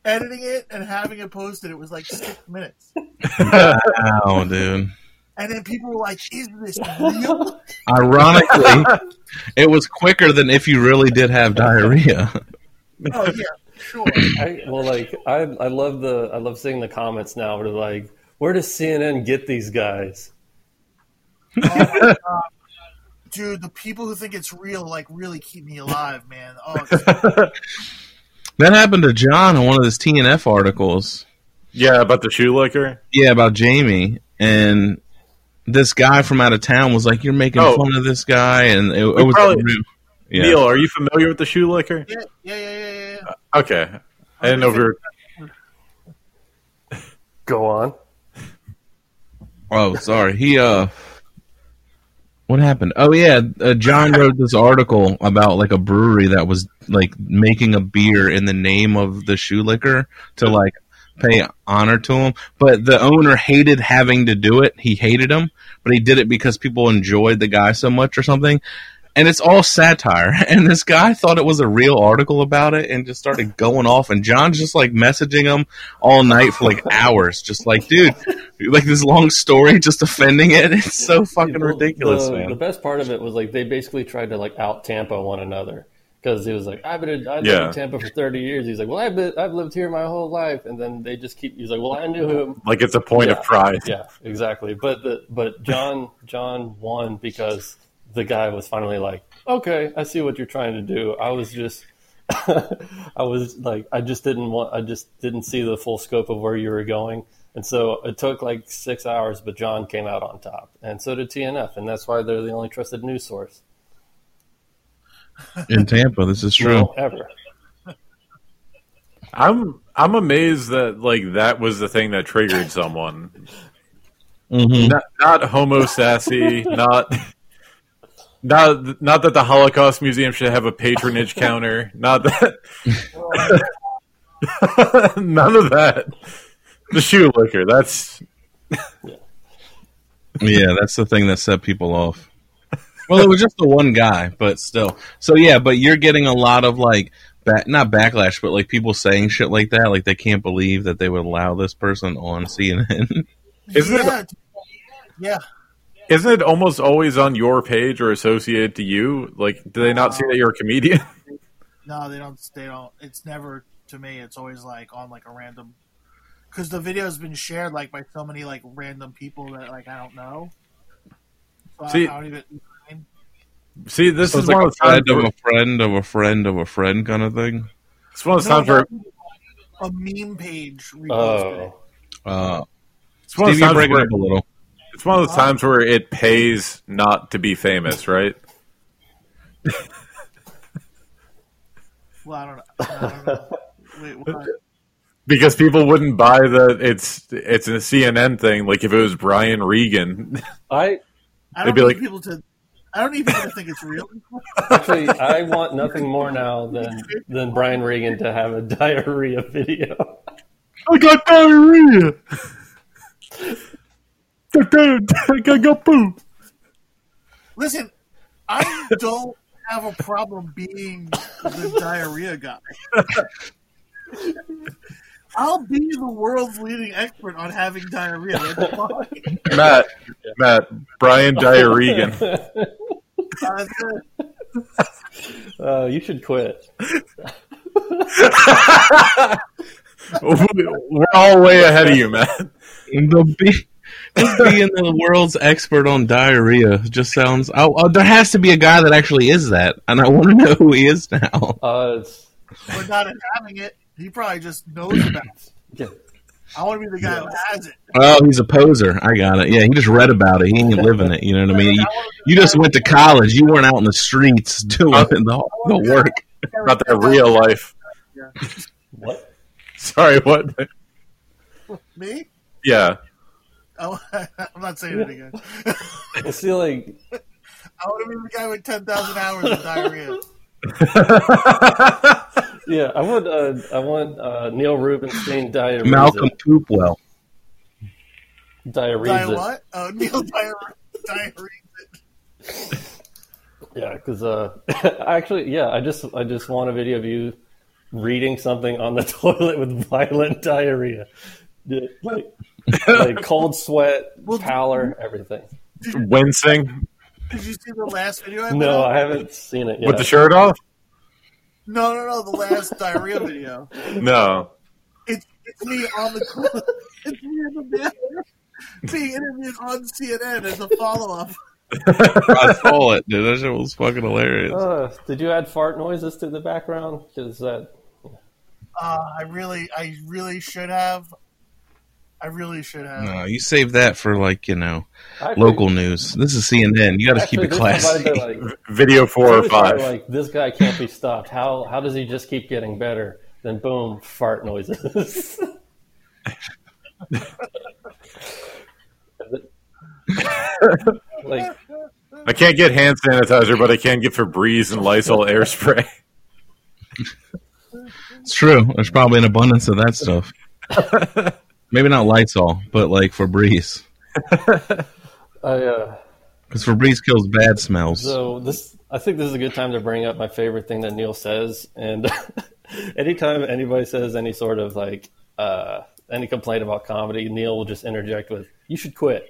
Speaker 4: editing it, and having it posted, it was like six minutes.
Speaker 3: Oh, dude.
Speaker 4: And then people were like, "Is this real?"
Speaker 3: Ironically, it was quicker than if you really did have diarrhea.
Speaker 4: oh yeah, sure.
Speaker 2: I, well, like I I love the I love seeing the comments now. Where they're like, where does CNN get these guys?
Speaker 4: dude, the people who think it's real like really keep me alive, man. Oh, it's-
Speaker 3: That happened to John in one of his TNF articles.
Speaker 1: Yeah, about the shoe licker.
Speaker 3: Yeah, about Jamie and this guy from out of town was like, "You're making
Speaker 1: Oh.
Speaker 3: fun of this guy," and it, it was
Speaker 1: probably-
Speaker 3: yeah.
Speaker 1: Neil, are you familiar with the shoe licker?
Speaker 4: yeah, yeah, yeah, yeah,
Speaker 1: Uh,
Speaker 4: yeah.
Speaker 1: Okay. I didn't know if we were.
Speaker 2: Go on.
Speaker 3: Oh, sorry. He uh, what happened? Oh yeah, uh, John wrote this article about like a brewery that was like making a beer in the name of the shoe liquor to like pay honor to him, but the owner hated having to do it. He hated him, but he did it because people enjoyed the guy so much or something. and it's all satire. And this guy thought it was a real article about it and just started going off. And John's just like messaging him all night for like hours, just like, dude, like this long story, just defending it. It's so fucking
Speaker 2: Well,
Speaker 3: ridiculous,
Speaker 2: the,
Speaker 3: man.
Speaker 2: The best part of it was like they basically tried to like out Tampa one another because he was like, I've been in, I've lived
Speaker 1: Yeah.
Speaker 2: in Tampa for thirty years. He's like, well, I've been, I've lived here my whole life, and then they just keep. He's like, well, I knew him.
Speaker 1: Like it's a point
Speaker 2: Yeah.
Speaker 1: of pride.
Speaker 2: Yeah, exactly. But the, but John John won because the guy was finally like, okay, I see what you're trying to do. I was just. I was like, I just didn't want, I just didn't see the full scope of where you were going, and so it took like six hours. But John came out on top, and so did TNF, and that's why they're the only trusted news source.
Speaker 3: In Tampa, this is true.
Speaker 2: Well, ever.
Speaker 1: I'm I'm amazed that like that was the thing that triggered someone.
Speaker 3: Mhm.
Speaker 1: Not, not homo sassy, not not not that the Holocaust Museum should have a patronage counter. Not that none of that. The shoe licker, that's
Speaker 3: Yeah, that's the thing that set people off. Well, it was just the one guy, but still. So yeah, but you're getting a lot of like back, not backlash, but like people saying shit like that, like they can't believe that they would allow this person on CNN.
Speaker 1: Isn't it-
Speaker 4: yeah, dude. yeah.
Speaker 1: isn't it almost always on your page or associated to you? Like do they not see that you're a comedian?
Speaker 4: No, they don't. They don't. It's never to me. It's always like on like a random because the video's been shared like by so many like random people that like I don't know. So I-
Speaker 1: See-
Speaker 4: I, don't even.
Speaker 1: See, this
Speaker 3: So
Speaker 1: is
Speaker 3: it's like
Speaker 1: one
Speaker 3: a
Speaker 1: of the times
Speaker 3: friend of a friend of a friend of a friend kind of thing.
Speaker 1: it's one of the
Speaker 4: No,
Speaker 1: times where
Speaker 4: a meme page. reposted it.
Speaker 2: Oh,
Speaker 3: Uh,
Speaker 1: it's one of
Speaker 3: Steve,
Speaker 1: the
Speaker 3: you're
Speaker 1: times
Speaker 3: breaking
Speaker 1: where-
Speaker 3: up a little.
Speaker 1: It's one of those times where it pays not to be famous, right?
Speaker 4: Well, I don't know. I don't know. Wait, what?
Speaker 1: Because people wouldn't buy the it's it's a CNN thing. Like if it was Brian Regan,
Speaker 2: I
Speaker 4: I
Speaker 1: They'd
Speaker 4: don't
Speaker 1: be
Speaker 4: need
Speaker 1: like-
Speaker 4: people to. I don't need people to think it's real.
Speaker 2: actually I want nothing more now than than Brian Regan to have a diarrhea video.
Speaker 1: I got diarrhea. I got poop.
Speaker 4: Listen, I don't have a problem being the diarrhea guy. I'll be the world's leading expert on having diarrhea. That's fine.
Speaker 1: Matt, Matt, Brian Diarrhegan.
Speaker 4: Uh,
Speaker 2: Uh, you should quit.
Speaker 1: We're all way ahead of you, Matt.
Speaker 3: The be- just being the world's expert on diarrhea just sounds. Oh, oh, there has to be a guy that actually is that, and I want to know who he is now.
Speaker 2: Uh, it's,
Speaker 4: but not in having it. He probably just knows about it.
Speaker 2: yeah.
Speaker 4: I want to be the guy who has it.
Speaker 3: Oh, he's a poser. I got it. Yeah, he just read about it. He ain't living it. You know what I mean? You, you just went to college. You weren't out in the streets doing the, the work.
Speaker 1: Not that real life.
Speaker 2: What?
Speaker 1: Sorry, what?
Speaker 4: Me?
Speaker 1: Yeah.
Speaker 4: Oh, I'm not saying it again.
Speaker 2: Well, see, like
Speaker 4: I want to be the guy with 10,000 hours of diarrhea.
Speaker 2: Yeah, I want uh, I want uh, Neil Rubenstein diarrhea.
Speaker 3: Malcolm Poopwell.
Speaker 4: Di
Speaker 2: diarrhea.
Speaker 4: what? Oh, Neil diarrhea. diarrhea.
Speaker 2: Yeah, because uh, actually, yeah, I just I just want a video of you reading something on the toilet with violent diarrhea, Yeah, like like cold sweat, pallor, everything.
Speaker 1: Wincing
Speaker 4: Did you see the last video I put
Speaker 2: No,
Speaker 4: up?
Speaker 2: I haven't seen it yet.
Speaker 1: with the shirt off?
Speaker 4: No, no, no. The last diarrhea video.
Speaker 1: No.
Speaker 4: It's it's me on the toilet. It's me in the bathroom being interviewed on CNN as a follow up.
Speaker 3: I saw it, dude. That shit was fucking hilarious.
Speaker 2: Uh, did you add fart noises to the background? Because that
Speaker 4: Uh, I really, I really should have. I really should have.
Speaker 3: No, you save that for like you know
Speaker 2: actually-
Speaker 3: local news. This is CNN. You got to keep
Speaker 2: actually,
Speaker 3: it
Speaker 2: this
Speaker 3: classy.
Speaker 2: provided, like,
Speaker 1: Video four or
Speaker 2: Somebody
Speaker 1: five.
Speaker 2: thought, Like this guy can't be stopped. How how does he just keep getting better? Then boom, fart noises. like
Speaker 1: I can't get hand sanitizer, but I can get Febreze and Lysol air spray.
Speaker 3: It's true. There's probably an abundance of that stuff. Maybe not Lysol, but like Febreze.
Speaker 2: I uh,
Speaker 3: Because Febreze kills bad smells.
Speaker 2: So this, I think this is a good time to bring up my favorite thing that Neil says. And anytime anybody says any sort of like uh, any complaint about comedy, Neil will just interject with, "You should quit."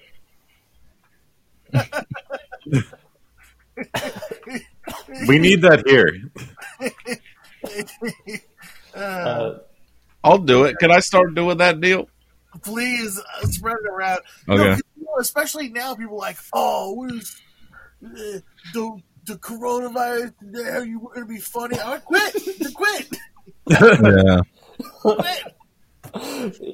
Speaker 1: We need that here.
Speaker 4: Uh,
Speaker 2: Uh,
Speaker 3: I'll do it. Can I start doing that deal?
Speaker 4: please uh, spread it around. No,
Speaker 3: Okay.
Speaker 4: 'cause, you know, especially now, people are like, oh, what is, uh, the the coronavirus? There, you were gonna be funny. I quit. To quit.
Speaker 3: yeah.
Speaker 4: Quit.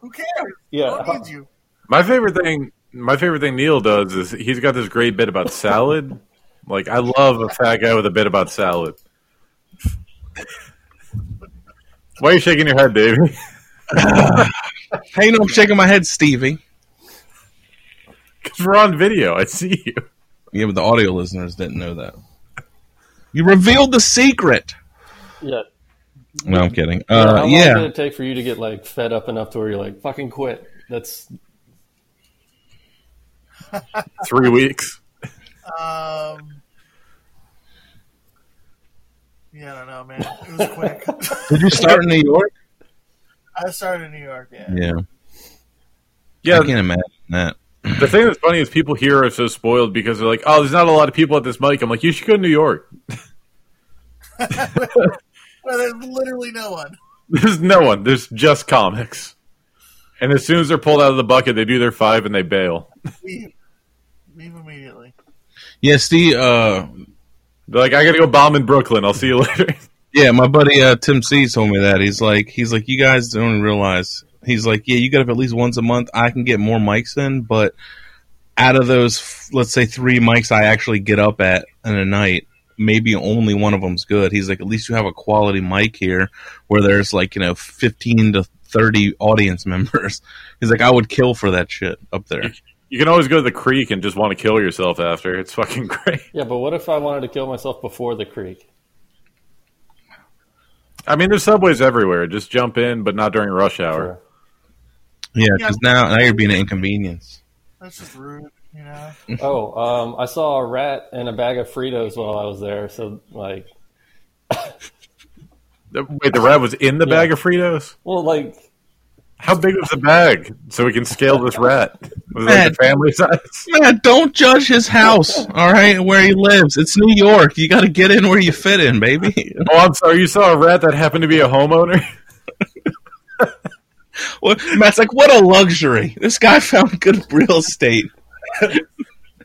Speaker 4: Who cares?
Speaker 2: yeah,
Speaker 4: Who needs you?
Speaker 1: My favorite thing, my favorite thing Neil does is he's got this great bit about salad. Like I love a fat guy with a bit about salad. Why are you shaking your head, Davey?
Speaker 3: Hey, no, I'm shaking my head, Stevie.
Speaker 1: Because we're on video. I see you.
Speaker 3: Yeah, but the audio listeners didn't know that. You revealed the secret.
Speaker 2: yeah.
Speaker 3: No, I'm kidding.
Speaker 2: How
Speaker 3: Uh,
Speaker 2: long did
Speaker 3: yeah,
Speaker 2: it take for you to get like fed up enough to where you're like, "Fucking quit"? That's
Speaker 1: Three weeks.
Speaker 4: Um. Yeah, I don't know, man. It was quick.
Speaker 3: did you start in New York?
Speaker 4: I started in New York. Yeah.
Speaker 3: Yeah, I
Speaker 1: Yeah,
Speaker 3: can't imagine that.
Speaker 1: the thing that's funny is people here are so spoiled because they're like, oh, there's not a lot of people at this mic. I'm like, you should go to New York.
Speaker 4: Well, there's literally no one.
Speaker 1: There's no one. There's just comics. And as soon as they're pulled out of the bucket, they do their five and they bail.
Speaker 4: Leave. Leave immediately.
Speaker 3: Yeah, Steve. Uh,
Speaker 1: They're like, I gotta go bomb in Brooklyn. I'll see you later.
Speaker 3: yeah, my buddy uh, Tim C told me that. He's like, he's like, you guys don't realize. He's like, yeah, you get up at least once a month. I can get more mics in, but out of those, let's say three mics I actually get up at in a night, maybe only one of them's good. He's like, at least you have a quality mic here where there's like you know fifteen to thirty audience members. He's like, I would kill for that shit up there.
Speaker 1: you can always go to the creek and just want to kill yourself after. It's fucking great.
Speaker 2: yeah. But what if I wanted to kill myself before the creek?
Speaker 1: I mean, there's subways everywhere. Just jump in, but not during rush hour.
Speaker 3: Yeah, because now now you're being an inconvenience.
Speaker 4: That's just rude, you know.
Speaker 2: oh, um, I saw a rat and a bag of Fritos while I was there. So like,
Speaker 1: The- Wait, the rat was in the bag of Fritos?
Speaker 2: well, like
Speaker 1: How big was the bag? So we can scale this rat. Was it like
Speaker 3: Man.
Speaker 1: the family size?
Speaker 3: Man, don't judge his house, all right, where he lives. It's New York. You got to get in where you fit in, baby.
Speaker 1: Oh, I'm sorry. You saw a rat that happened to be a homeowner?
Speaker 3: Well, Matt's like, what a luxury. This guy found good real estate.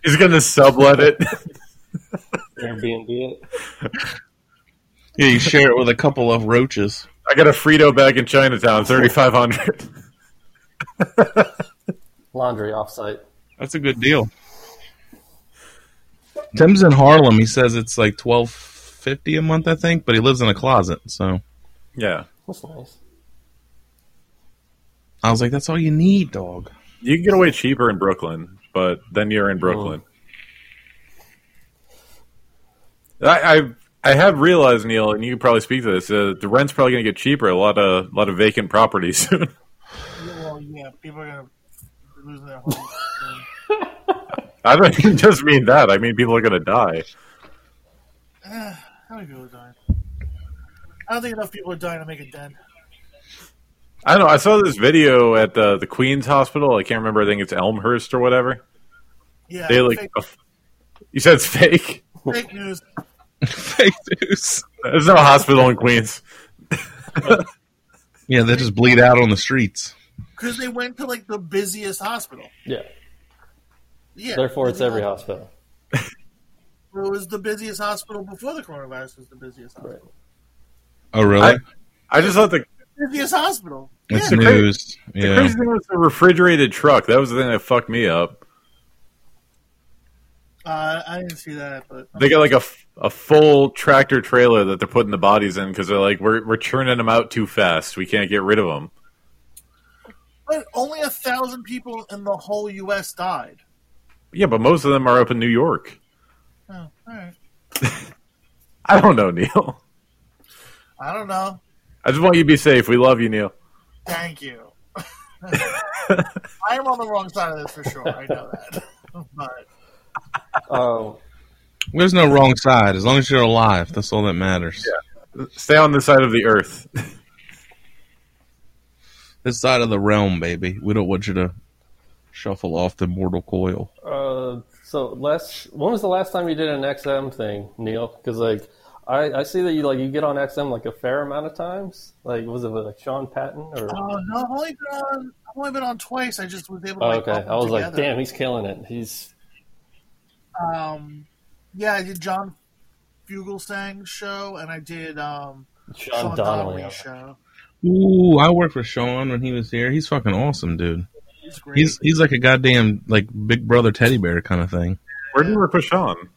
Speaker 1: He's going to sublet it.
Speaker 2: Airbnb it.
Speaker 3: Yeah, you share it with a couple of roaches.
Speaker 1: I got a Frito bag in Chinatown, 3500
Speaker 2: laundry offsite.
Speaker 3: That's a good deal. Tim's in Harlem. He says it's like twelve fifty a month, I think, but he lives in a closet. So
Speaker 1: Yeah.
Speaker 2: That's nice.
Speaker 3: I was like, that's all you need, dog.
Speaker 1: You can get away cheaper in Brooklyn, but then you're in Brooklyn. I, I I have realized, Neil, and you could probably speak to this. Uh, the rent's probably going to get cheaper. A lot of lot of vacant properties soon.
Speaker 4: Well, yeah, people are gonna lose their homes.
Speaker 1: I don't just mean that. I mean people are going to die.
Speaker 4: Eh, How many people are dying? I don't think enough people are dying to make a dent.
Speaker 1: I don't know. I saw this video at uh, the the Queens Hospital. I can't remember. I think it's Elmhurst or whatever.
Speaker 4: Yeah,
Speaker 1: They like.
Speaker 4: fake,
Speaker 1: You said it's fake.
Speaker 4: fake news.
Speaker 3: Fake news.
Speaker 1: There's no hospital in Queens.
Speaker 3: Yeah, they just bleed out on the streets.
Speaker 4: Because they went to like the busiest hospital.
Speaker 2: Yeah.
Speaker 4: Yeah.
Speaker 2: Therefore, it's
Speaker 4: Yeah.
Speaker 2: every hospital.
Speaker 4: It was the busiest hospital before the coronavirus was the busiest hospital.
Speaker 3: Oh, really?
Speaker 1: I just thought the
Speaker 4: Busiest hospital.
Speaker 3: it's
Speaker 1: Yeah.
Speaker 3: news.
Speaker 1: The
Speaker 3: Yeah.
Speaker 1: crazy thing was the refrigerated truck. That was the thing that fucked me up.
Speaker 4: Uh, I didn't see that, but
Speaker 1: They got like a, f- a full tractor trailer that they're putting the bodies in because they're like, we're, we're churning them out too fast. We can't get rid of them.
Speaker 4: but only a thousand people in the whole U.S. died.
Speaker 1: Yeah, but most of them are up in New York.
Speaker 4: Oh, all right.
Speaker 1: I don't know, Neil.
Speaker 4: I don't know.
Speaker 1: I just want you to be safe. We love you, Neil.
Speaker 4: Thank you. I am on the wrong side of this for sure. I know that, but
Speaker 2: Um,
Speaker 3: There's no wrong side. As long as you're alive, that's all that matters.
Speaker 1: Stay on the side of the earth.
Speaker 3: This side of the realm, baby. We don't want you to shuffle off the mortal coil.
Speaker 2: uh, so last, when was the last time you did an XM thing, Neil? Because like, I, I see that you like you get on XM like a fair amount of times. Like, was it with like Sean Patton or?
Speaker 4: Oh no, I've only been on. I've only been on twice. I just was able to.
Speaker 2: Oh,
Speaker 4: Like,
Speaker 2: okay,
Speaker 4: lump them
Speaker 2: I was like,
Speaker 4: together.
Speaker 2: damn, he's killing it. He's
Speaker 4: Um, yeah, I did John Fugelsang's show, and I did um
Speaker 2: Sean,
Speaker 4: Sean
Speaker 2: Donnelly.
Speaker 4: Donnelly's show.
Speaker 3: Ooh, I worked with Sean when he was here. He's fucking awesome, dude.
Speaker 4: He's great.
Speaker 3: He's he's like a goddamn like big brother teddy bear kind of thing.
Speaker 1: Where do you work with Sean?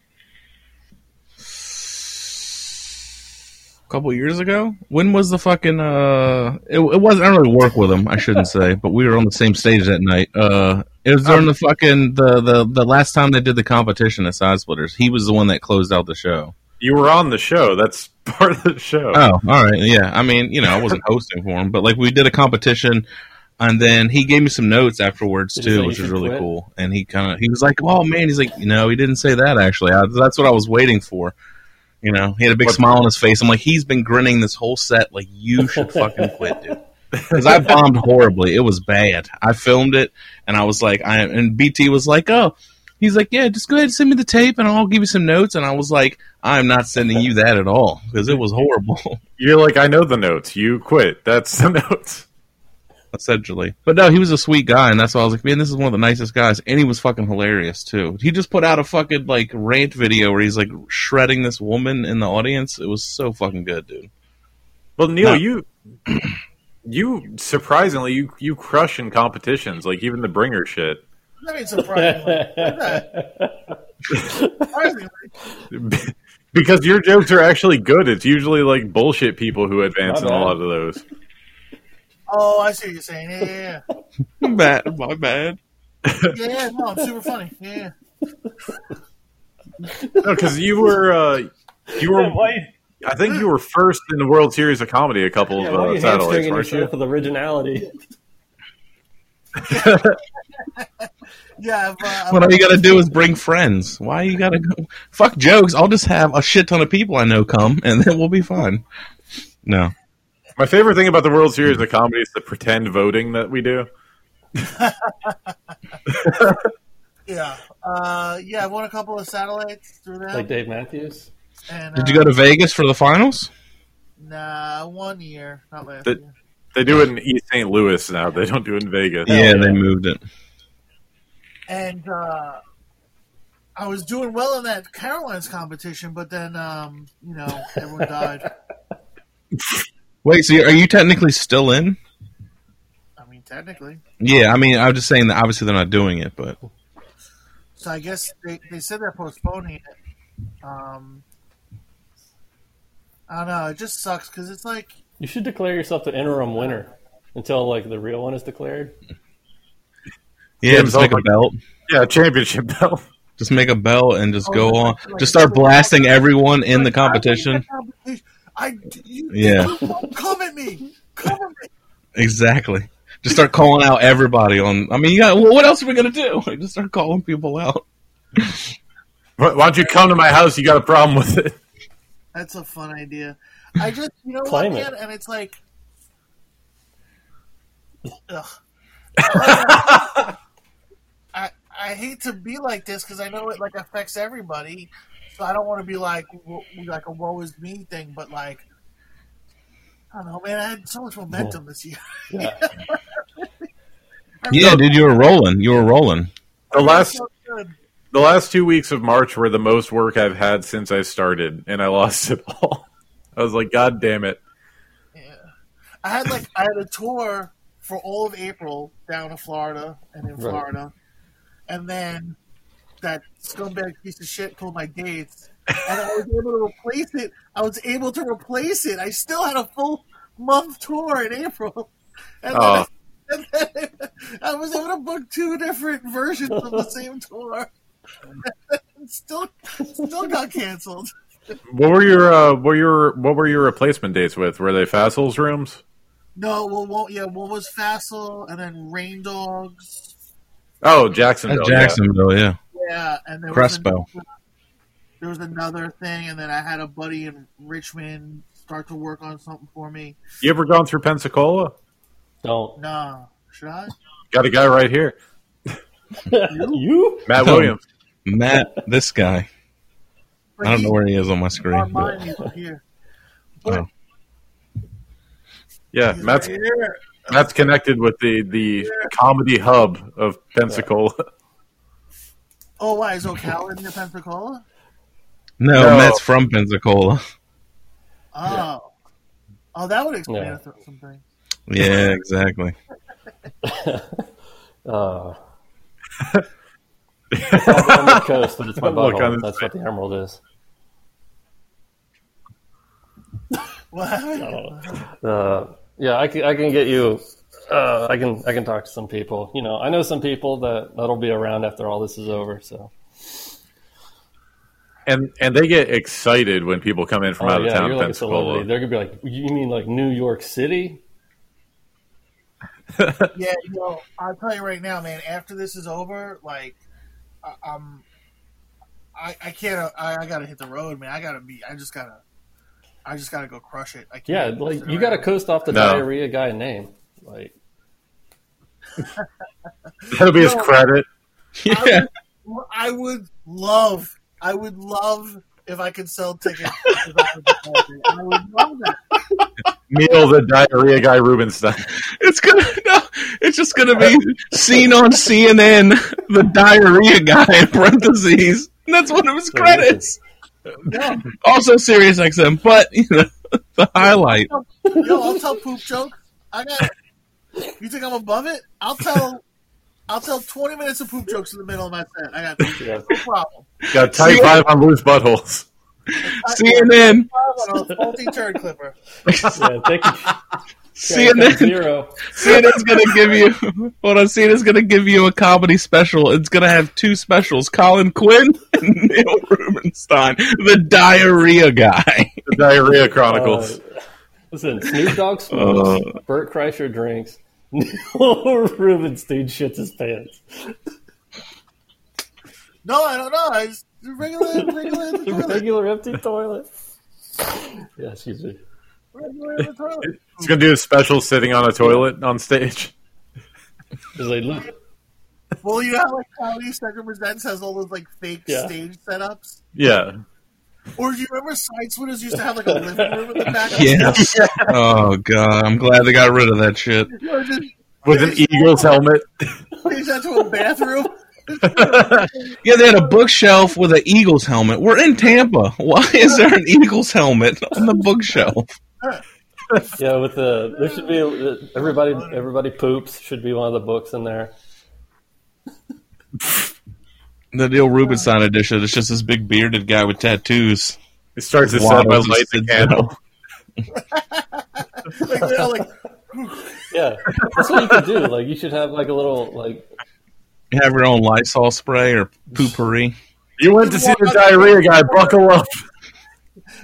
Speaker 3: A couple years ago, when was the fucking uh? It, it wasn't. I don't really work with him. I shouldn't say, but we were on the same stage that night. Uh, it was during the fucking the the the last time they did the competition at Side Splitters. He was the one that closed out the show.
Speaker 1: You were on the show. That's part of the show.
Speaker 3: Oh, all right. Yeah. I mean, you know, I wasn't hosting for him, but like we did a competition and then he gave me some notes afterwards
Speaker 2: Did he say
Speaker 3: too,
Speaker 2: you
Speaker 3: which was
Speaker 2: should
Speaker 3: really
Speaker 2: quit?
Speaker 3: cool. And he kind of, he was like, oh man, he's like, no, he didn't say that actually. I, that's what I was waiting for. You know, he had a big
Speaker 1: What-
Speaker 3: smile on his face. I'm like, he's been grinning this whole set. Like, you should fucking quit, dude. Because I bombed horribly. It was bad. I filmed it and I was like, I and BT was like, oh, he's like, yeah, just go ahead and send me the tape and I'll give you some notes. And I was like, I'm not sending you that at all because it was horrible.
Speaker 1: You're like, I know the notes. You quit. That's the notes.
Speaker 3: essentially. But no, he was a sweet guy, and that's why I was like, man, this is one of the nicest guys, and he was fucking hilarious too. He just put out a fucking like rant video where he's like shredding this woman in the audience. It was so fucking good, dude.
Speaker 1: Well, Neil,
Speaker 3: No.
Speaker 1: you you surprisingly you you crush in competitions, like even the bringer shit.
Speaker 4: I mean, surprisingly, surprisingly,
Speaker 1: because your jokes are actually good. It's usually like bullshit people who advance in
Speaker 2: My
Speaker 1: a
Speaker 2: bad.
Speaker 1: lot of those.
Speaker 4: oh, I see what you're saying. Yeah, yeah,
Speaker 3: My bad, my bad.
Speaker 4: yeah, yeah. yeah no, I'm super funny. Yeah,
Speaker 1: No, because you were uh, you were I think you were first in the World Series of Comedy a couple
Speaker 2: Yeah,
Speaker 1: of
Speaker 2: why are
Speaker 1: uh,
Speaker 2: you
Speaker 1: satellites,
Speaker 2: hamstringing
Speaker 1: weren't you?
Speaker 2: yourself with originality?
Speaker 4: yeah. I've, uh, I've,
Speaker 3: What all you gotta do is bring friends. Why you gotta go? Fuck jokes. I'll just have a shit ton of people I know come, and then we'll be fine. No,
Speaker 1: My favorite thing about the World Series of Comedy is the pretend voting that we do.
Speaker 4: yeah, uh, yeah. I've won a couple of satellites through that.
Speaker 2: like Dave Matthews.
Speaker 4: and,
Speaker 3: did
Speaker 4: uh,
Speaker 3: you go to Vegas for the finals?
Speaker 4: Nah, one year, not last
Speaker 1: The-
Speaker 4: year.
Speaker 1: They do it in East St. Louis now. They don't do it in Vegas.
Speaker 3: yeah, they moved it.
Speaker 4: And uh, I was doing well in that Caroline's competition, but then um, you know everyone died.
Speaker 3: Wait, so are you technically still in?
Speaker 4: I mean, technically.
Speaker 3: Yeah, I mean, I'm just saying that obviously they're not doing it, but
Speaker 4: So I guess they, they said they're postponing it. Um, I don't know. It just sucks because it's like,
Speaker 2: You should declare yourself the interim winner until like the real one is declared.
Speaker 3: Yeah,
Speaker 1: Yeah,
Speaker 3: just
Speaker 1: it's
Speaker 3: make a
Speaker 1: all like-
Speaker 3: belt.
Speaker 1: Yeah, championship belt.
Speaker 3: Just make a belt and just
Speaker 4: Oh,
Speaker 3: go
Speaker 4: yeah,
Speaker 3: on.
Speaker 4: like-
Speaker 3: Just start blasting everyone in the
Speaker 4: like, I want
Speaker 3: competition.
Speaker 4: that competition. I you,
Speaker 3: Yeah.
Speaker 4: you- come at me, come at me.
Speaker 3: Exactly. Just start calling out everybody on. I mean, you got. Well, what else are we gonna do? Just start calling people out.
Speaker 1: Why why don't you come to my house? You got a problem with it?
Speaker 4: That's a fun idea. I just you know what,
Speaker 2: Claim
Speaker 4: man,
Speaker 2: it.
Speaker 4: and it's like, ugh. I I hate to be like this because I know it like affects everybody, so I don't want to be like wo- like a woe is me thing, but like. I don't know, man. I had so much momentum this year.
Speaker 2: Yeah.
Speaker 3: Yeah, dude, you were rolling. You were rolling.
Speaker 1: The last
Speaker 4: So good.
Speaker 1: the last two weeks of March were the most work I've had since I started, and I lost it all. I was like, God damn it!
Speaker 4: Yeah. I had like I had a tour for all of April down to Florida and in
Speaker 2: Right.
Speaker 4: Florida, and then that scumbag piece of shit pulled my dates, and I was able to replace it. I was able to replace it. I still had a full month tour in April, and then,
Speaker 1: Oh.
Speaker 4: and then I was able to book two different versions of the same tour. And still, still got canceled.
Speaker 1: What were your uh, what were your what were your replacement dates with? Were they Fassel's rooms?
Speaker 4: No, well, one, yeah, one was Facile, and then Rain Dogs.
Speaker 1: Oh, Jacksonville.
Speaker 3: At
Speaker 1: yeah.
Speaker 3: Jacksonville, yeah.
Speaker 4: Yeah, and there
Speaker 3: Crespo.
Speaker 4: Was another, there was another thing, and then I had a buddy in Richmond start to work on something for me.
Speaker 1: You ever gone through Pensacola?
Speaker 2: Don't
Speaker 4: Nah, should I?
Speaker 1: Got a guy right here,
Speaker 2: you?
Speaker 1: Matt
Speaker 3: No.
Speaker 1: Williams.
Speaker 3: Matt, this guy. I don't know where he is on my screen. but-
Speaker 4: Mine is here. But
Speaker 3: Oh.
Speaker 1: Yeah,
Speaker 4: he's
Speaker 1: Matt's
Speaker 4: right here.
Speaker 1: Matt's connected with the the comedy hub of Pensacola.
Speaker 4: Oh, why is Ocala near Pensacola?
Speaker 3: no,
Speaker 1: No.
Speaker 3: Matt's from Pensacola.
Speaker 4: Oh, oh, that would explain
Speaker 2: Yeah.
Speaker 4: th- something.
Speaker 3: Yeah, exactly.
Speaker 2: Uh, it's all on the coast, but it's my
Speaker 1: Don't look on
Speaker 2: butthole.
Speaker 1: this
Speaker 2: That's what the emerald is.
Speaker 4: What happened?
Speaker 2: Uh, yeah, I can, I can get you. Uh, I can I can talk to some people. You know, I know some people that that'll be around after all this is over. So
Speaker 1: And and they get excited when people come in from out
Speaker 2: Oh,
Speaker 1: of
Speaker 2: yeah,
Speaker 1: town
Speaker 2: you're like a
Speaker 1: Pensacola.
Speaker 2: celebrity. They're gonna be like, you mean like New York City?
Speaker 4: yeah, you know, I'll tell you right now, man. After this is over, like, I, I'm, I, I can't. uh, I, I gotta hit the road, man. I gotta be. I just gotta. I just gotta go crush it. I
Speaker 2: Yeah,
Speaker 4: can't
Speaker 2: like
Speaker 4: sit
Speaker 2: you
Speaker 4: around.
Speaker 2: got to coast off the
Speaker 1: No.
Speaker 2: diarrhea guy name. Like,
Speaker 1: That'll be his
Speaker 4: No.
Speaker 1: credit.
Speaker 3: Yeah.
Speaker 4: I would love. I would love if I could sell tickets. if I, was a celebrity. I would love that.
Speaker 1: Neil the diarrhea guy Rubenstein.
Speaker 3: It's gonna no, it's just gonna be seen on CNN, the diarrhea guy in parentheses. And that's one of his credits. Also Sirius XM, but you know, the highlight.
Speaker 4: Yo, I'll tell poop joke. I got. it. You think I'm above it? I'll tell. I'll tell 20 minutes of poop jokes in the middle of my set. I got
Speaker 2: yeah.
Speaker 4: no problem.
Speaker 1: Got type
Speaker 3: See-
Speaker 1: five on loose buttholes.
Speaker 4: I-
Speaker 3: CNN
Speaker 4: I'm on a faulty turd clipper.
Speaker 2: yeah, thank you.
Speaker 3: CNN
Speaker 2: zero.
Speaker 3: CNN's gonna give you hold on, CNN's gonna give you a comedy special. It's gonna have two specials, Colin Quinn and Neil Rubenstein, the diarrhea guy.
Speaker 1: The diarrhea chronicles. Uh.
Speaker 2: Uh, listen, Snoop Dogg smokes, Bert Kreischer drinks, Neil Rubenstein shits his pants.
Speaker 4: No, I don't know. I just regular, regular in the
Speaker 2: The
Speaker 4: toilet.
Speaker 2: regular empty toilet. Yeah, excuse me.
Speaker 4: Regular in the toilet.
Speaker 1: He's gonna do a special sitting on a toilet on stage.
Speaker 2: He's like, look,
Speaker 4: Well, you know how like Comedy Central Presents has all those like fake
Speaker 2: Yeah.
Speaker 4: stage setups.
Speaker 1: Yeah.
Speaker 4: Or do you remember Sideswitters used to have like a living room in the back?
Speaker 3: Yes. Oh god, I'm glad they got rid of that shit.
Speaker 4: Or just
Speaker 1: With an Eagles helmet.
Speaker 4: change that to a bathroom.
Speaker 3: Yeah, they had a bookshelf with an Eagles helmet. We're in Tampa. Why is there an Eagles helmet on the bookshelf?
Speaker 2: yeah, with the there should be uh, everybody everybody poops should be one of the books in there.
Speaker 3: The Neil Rubenstein edition. It's just this big bearded guy with tattoos.
Speaker 1: It starts to set by
Speaker 3: Waddles
Speaker 1: light
Speaker 3: just
Speaker 1: the
Speaker 3: sits
Speaker 1: candle.
Speaker 3: down.
Speaker 4: Like they're all like,
Speaker 2: Yeah, that's what you could do. Like, you should have like a little like
Speaker 3: You have your own Lysol spray or poopery.
Speaker 1: You went to see the diarrhea guy, buckle up.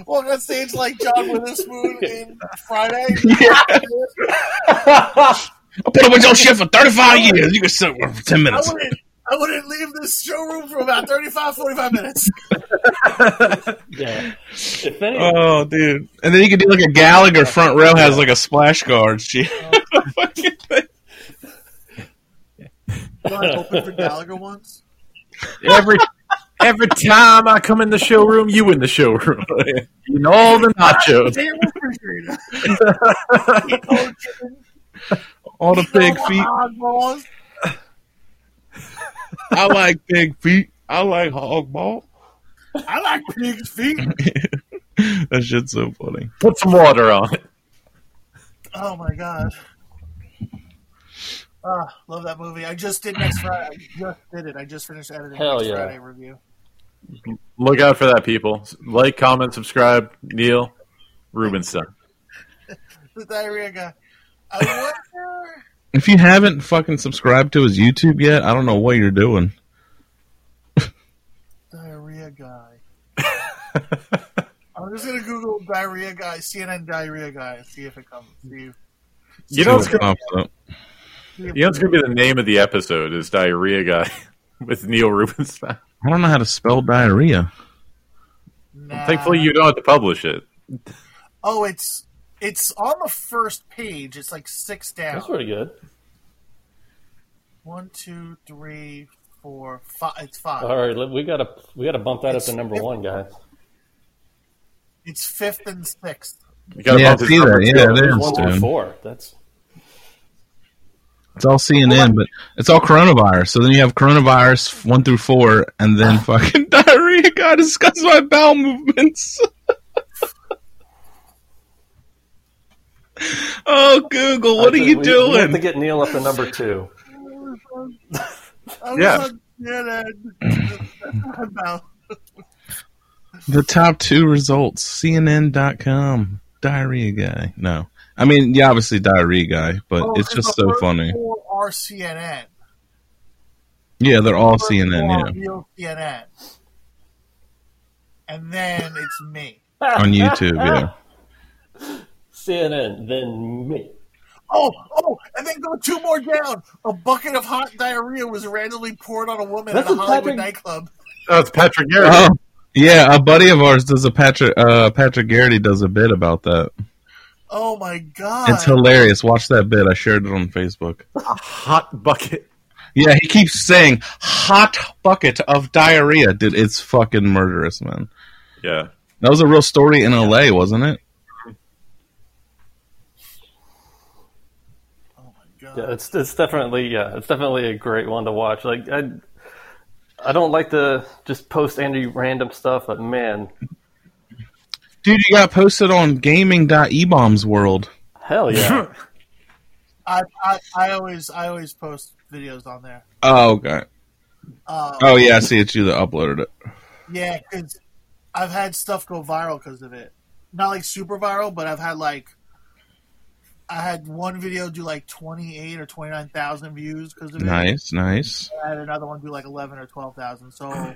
Speaker 4: walk on stage like John Witherspoon in Friday.
Speaker 3: I put up with your shit for 35 years. You can sit there for 10
Speaker 4: I
Speaker 3: minutes.
Speaker 4: wouldn't. I wouldn't leave this showroom for about 35, 45 minutes.
Speaker 2: yeah. If any,
Speaker 3: Oh, dude. And then you could do like a Gallagher front row has like a splash guard. She- Fucking thing.
Speaker 4: You know, I opened for Gallagher once.
Speaker 1: Every every time I come in the showroom, you in the showroom. Eating all the nachos.
Speaker 4: Damn refrigerator.
Speaker 3: All the pig feet.
Speaker 4: Oddballs.
Speaker 3: I like pig feet. I like hog ball.
Speaker 4: I like pig's feet.
Speaker 3: That shit's so funny.
Speaker 1: Put some water on it.
Speaker 4: Oh my god. Ah, love that movie. I just did next Friday. I just did it. I just finished editing
Speaker 2: Hell
Speaker 4: next
Speaker 2: yeah.
Speaker 4: Friday review.
Speaker 1: Look out for that, people. Like, comment, subscribe. Neil Rubenstein.
Speaker 4: The diarrhea guy. I wonder.
Speaker 3: If you haven't fucking subscribed to his YouTube yet, I don't know what you're doing.
Speaker 4: diarrhea guy. I'm just gonna Google diarrhea guy, CNN diarrhea guy, and see if it comes. See, if-
Speaker 1: You know what's
Speaker 3: See what
Speaker 1: gonna,
Speaker 3: pops up.
Speaker 4: see if
Speaker 1: you know what's gonna be the name of the episode is Diarrhea Guy with Neil Rubenstein.
Speaker 3: I don't know how to spell diarrhea.
Speaker 4: Nah.
Speaker 1: Thankfully, you don't have to publish it.
Speaker 4: Oh, it's it's on the first page. It's like six down.
Speaker 2: That's pretty good.
Speaker 4: One, two, three, four, five. It's five.
Speaker 2: All right, let- we gotta we gotta bump that up to
Speaker 4: It's-
Speaker 2: number
Speaker 4: it-
Speaker 2: one, guys.
Speaker 4: It's fifth and sixth.
Speaker 1: You gotta
Speaker 3: Yeah,
Speaker 1: bump this
Speaker 3: see
Speaker 1: number
Speaker 3: that.
Speaker 1: two.
Speaker 3: Yeah, it
Speaker 2: There's
Speaker 3: is.
Speaker 2: one through
Speaker 3: dude.
Speaker 2: four. That's
Speaker 3: It's all CNN, but it's all coronavirus. So then you have coronavirus one through four, and then fucking diarrhea. God, it's because my bowel movements. oh, Google, what
Speaker 2: I
Speaker 3: are
Speaker 2: think
Speaker 3: you
Speaker 2: we- We have
Speaker 3: doing?
Speaker 2: to get Neil up to number two.
Speaker 4: I was
Speaker 1: Yeah.
Speaker 4: on CNN. No.
Speaker 3: The top two results CNN.com, diarrhea guy. No. I mean, yeah, obviously diarrhea guy, but
Speaker 4: Oh,
Speaker 3: it's
Speaker 4: 'cause
Speaker 3: just
Speaker 4: the
Speaker 3: so
Speaker 4: first
Speaker 3: funny.
Speaker 4: Four are CNN.
Speaker 3: Yeah, they're all
Speaker 4: First
Speaker 3: CNN,
Speaker 4: four are
Speaker 3: yeah.
Speaker 4: real CNN. And then it's me.
Speaker 3: On YouTube, yeah.
Speaker 2: CNN, then me.
Speaker 4: Oh, oh, and then go two more down. A bucket of hot diarrhea was randomly poured on a woman
Speaker 2: That's
Speaker 4: at a
Speaker 2: what
Speaker 4: Hollywood
Speaker 2: Patrick-
Speaker 4: nightclub.
Speaker 1: Oh, it's Patrick Garrett.
Speaker 3: Oh, yeah, a buddy of ours does a Patrick, uh, Patrick Garrity does a bit about that.
Speaker 4: Oh my god!
Speaker 3: It's hilarious. Watch that bit. I shared it on Facebook.
Speaker 1: Hot bucket.
Speaker 3: Yeah, he keeps saying hot bucket of diarrhea. Dude, it's fucking murderous, man.
Speaker 1: Yeah.
Speaker 3: That was a real story in LA, wasn't it?
Speaker 4: oh my god!
Speaker 2: Yeah, it's it's definitely yeah, it's definitely a great one to watch. Like I, I don't like to just post any random stuff, but man,
Speaker 3: Dude, you got posted on gaming.ebombs world.
Speaker 1: Oh,
Speaker 2: hell yeah,
Speaker 4: I, I I always I always post videos on there.
Speaker 3: Oh, okay.
Speaker 4: Um,
Speaker 3: Oh, yeah, I see it's you that uploaded it.
Speaker 4: Yeah, because I've had stuff go viral because of it. Not like super viral, but I've had like I had one video do like twenty eight or twenty nine thousand views because of it.
Speaker 3: Nice, nice.
Speaker 4: I had another one do like eleven or twelve thousand. So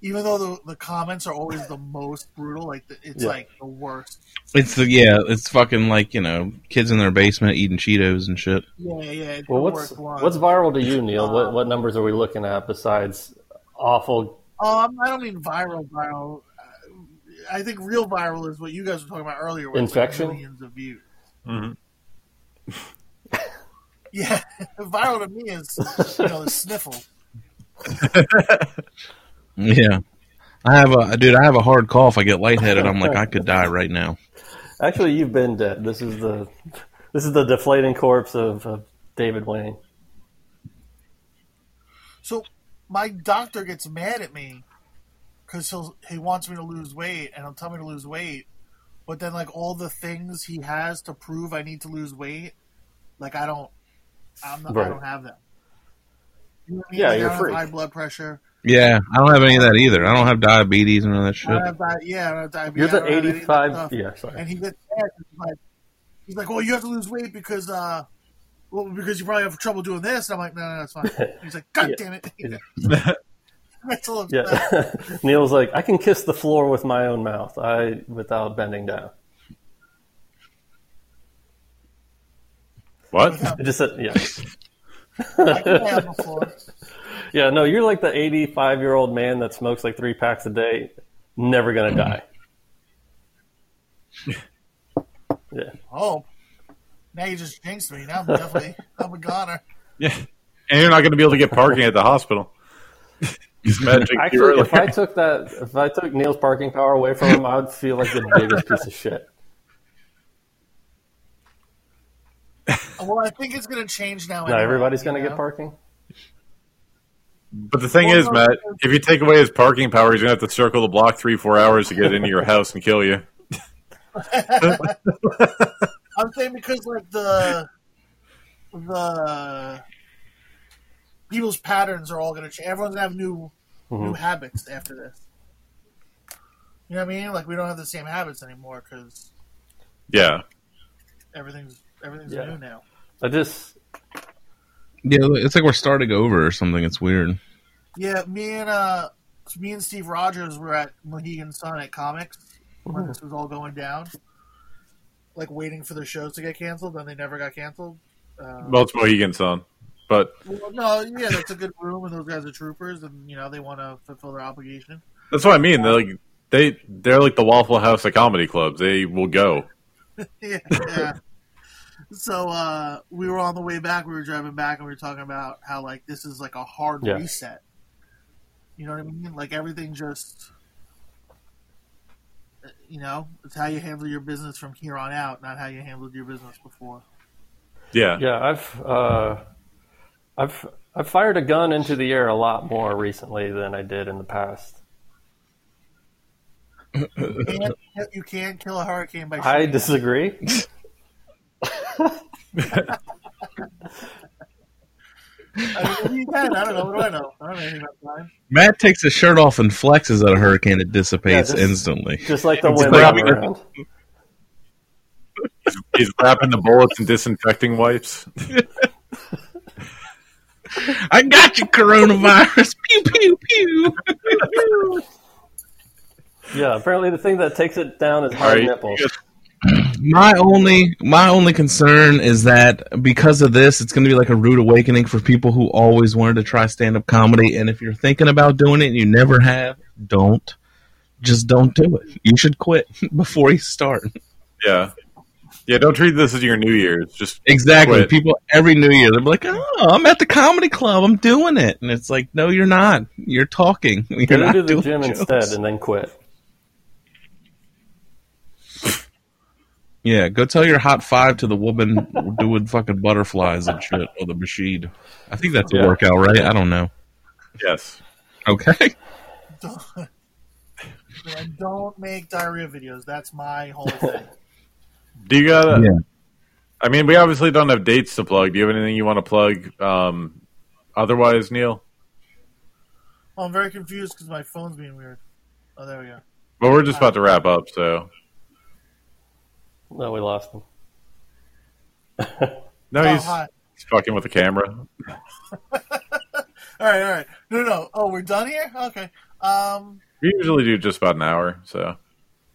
Speaker 4: even though the, the comments are always the most brutal, like the, it's
Speaker 2: Yeah.
Speaker 4: like the worst.
Speaker 3: It's the, yeah, it's fucking like, you know, kids in their basement eating Cheetos and shit.
Speaker 4: Yeah, yeah. It's
Speaker 2: Well,
Speaker 4: the
Speaker 2: what's
Speaker 4: worst one.
Speaker 2: what's viral to you, Neil? What what numbers are we looking at besides awful?
Speaker 4: Um, I don't mean viral, viral. Uh, I think real viral is what you guys were talking about earlier. With
Speaker 2: Infection?
Speaker 4: like millions of views.
Speaker 1: Mhm.
Speaker 4: yeah, viral to me is you know the sniffle.
Speaker 3: Yeah. I have a, dude, I have a hard cough. I get lightheaded. I'm like, I could die right now.
Speaker 2: Actually, you've been dead. This is the this is the deflating corpse of, of David Wayne.
Speaker 4: So my doctor gets mad at me because he he wants me to lose weight and he'll tell me to lose weight, but then like all the things he has to prove I need to lose weight, like I don't, I'm not,
Speaker 2: Right.
Speaker 4: I don't have them. You know what I mean?
Speaker 2: Yeah,
Speaker 4: Like, I
Speaker 2: you're
Speaker 4: don't have
Speaker 2: free.
Speaker 4: High blood pressure.
Speaker 3: Yeah, I don't have any of that either. I don't have diabetes and all that
Speaker 4: I
Speaker 3: shit.
Speaker 4: don't have di- yeah, I don't have diabetes.
Speaker 2: You're
Speaker 4: I
Speaker 2: the
Speaker 4: don't have any of that
Speaker 2: eighty-five.
Speaker 4: stuff.
Speaker 2: Yeah, sorry.
Speaker 4: and he gets mad. and He's like, he's like, well, you have to lose weight because, uh, well, because you probably have trouble doing this. And I'm like, no, no, no, it's fine. He's like, God
Speaker 2: Yeah.
Speaker 4: damn it.
Speaker 2: Yeah.
Speaker 4: That's a little-
Speaker 2: Yeah, Neil's like, I can kiss the floor with my own mouth, I without bending down.
Speaker 1: What?
Speaker 2: I just said, yeah,
Speaker 4: I can lay on the floor.
Speaker 2: yeah. No, you're like the 85 year old man that smokes like three packs a day, never gonna die. Yeah,
Speaker 4: Oh, now you just jinxed me. Now I'm definitely, I'm a goner.
Speaker 1: Yeah. And you're not going to be able to get parking at the hospital. Just magic you
Speaker 2: actually, if
Speaker 1: earlier.
Speaker 2: I took that, if I took Neil's parking power away from him, I would feel like the biggest piece of shit.
Speaker 4: Well, I think it's going to change now.
Speaker 2: No,
Speaker 4: anyway,
Speaker 2: everybody's gonna
Speaker 4: you
Speaker 2: get
Speaker 4: know?
Speaker 2: parking.
Speaker 1: But the thing
Speaker 4: Well,
Speaker 1: is,
Speaker 4: no,
Speaker 1: Matt,
Speaker 4: because-
Speaker 1: if you take away his parking power, he's gonna have to circle the block three, four hours to get into your house and kill you.
Speaker 4: I'm saying because like the the people's patterns are all going to change. Everyone's going to have new
Speaker 2: Mm-hmm.
Speaker 4: new habits after this. You know what I mean? Like we don't have the same habits anymore because
Speaker 1: Yeah,
Speaker 4: everything's everything's
Speaker 2: Yeah.
Speaker 4: new now.
Speaker 2: I just,
Speaker 3: Yeah, it's like we're starting over or something. It's weird.
Speaker 4: Yeah, me and uh, me and Steve Rogers were at Mohegan Sun at Comics when this was all going down. Like waiting for the shows to get canceled, and they never got canceled. Uh,
Speaker 1: well, it's Mohegan Sun. But
Speaker 4: Well, no, yeah, that's a good room, and those guys are troopers, and you know they want to fulfill their obligation.
Speaker 1: that's what I mean. They're like they they're like the Waffle House of comedy clubs. They will go.
Speaker 4: yeah. yeah. So uh, we were on the way back. We were driving back, and we were talking about how like this is like a hard
Speaker 2: Yeah.
Speaker 4: reset. You know what I mean? Like everything just, you know, it's how you handle your business from here on out, not how you handled your business before.
Speaker 1: Yeah.
Speaker 2: Yeah, I've uh, I've I've fired a gun into the air a lot more recently than I did in the past.
Speaker 4: You can't, you can't kill a hurricane by
Speaker 2: I
Speaker 4: shooting.
Speaker 2: disagree.
Speaker 4: I, mean, you can, I don't know. What do I know? I don't know anything about time.
Speaker 3: Matt takes his shirt off and flexes at a hurricane. It dissipates
Speaker 2: Yeah, this-
Speaker 3: instantly.
Speaker 2: Just like the wind
Speaker 1: like-
Speaker 2: around.
Speaker 1: He's wrapping the bullets in disinfecting wipes.
Speaker 3: I got you, coronavirus. pew pew pew.
Speaker 2: Yeah, apparently the thing that takes it down is
Speaker 1: All
Speaker 2: hard
Speaker 1: right.
Speaker 2: nipples.
Speaker 3: My only my only concern is that because of this, it's going to be like a rude awakening for people who always wanted to try stand up comedy. And if you're thinking about doing it and you never have, don't. Just don't do it. You should quit before you start.
Speaker 1: Yeah. Yeah, don't treat this as your New Year's. Just
Speaker 3: Exactly.
Speaker 1: Quit.
Speaker 3: People every New Year they're like, "Oh, I'm at the comedy club. I'm doing it," and it's like, "No, you're not. You're talking. You're
Speaker 2: Go
Speaker 3: not
Speaker 2: to the
Speaker 3: doing
Speaker 2: gym
Speaker 3: jokes."
Speaker 2: instead and then quit.
Speaker 3: Yeah, go tell your hot five to the woman doing fucking butterflies and shit or the machine. I think that's a
Speaker 2: Yeah.
Speaker 3: workout, right? I don't know.
Speaker 1: yes.
Speaker 3: Okay.
Speaker 4: Don't, Like, don't make diarrhea videos. That's my whole thing.
Speaker 1: Do you got?
Speaker 3: Yeah.
Speaker 1: to I mean, we obviously don't have dates to plug. Do you have anything you want to plug? Um, otherwise, Neil.
Speaker 4: Well, I'm very confused because my phone's being weird. Oh, there we go.
Speaker 1: But we're just about to wrap up, so
Speaker 2: No, we lost him.
Speaker 1: no,
Speaker 4: Oh,
Speaker 1: he's,
Speaker 4: hi.
Speaker 1: he's fucking with the camera.
Speaker 4: All right, all right. No, no, no. Oh, we're done here. Okay. Um.
Speaker 1: We usually do just about an hour, so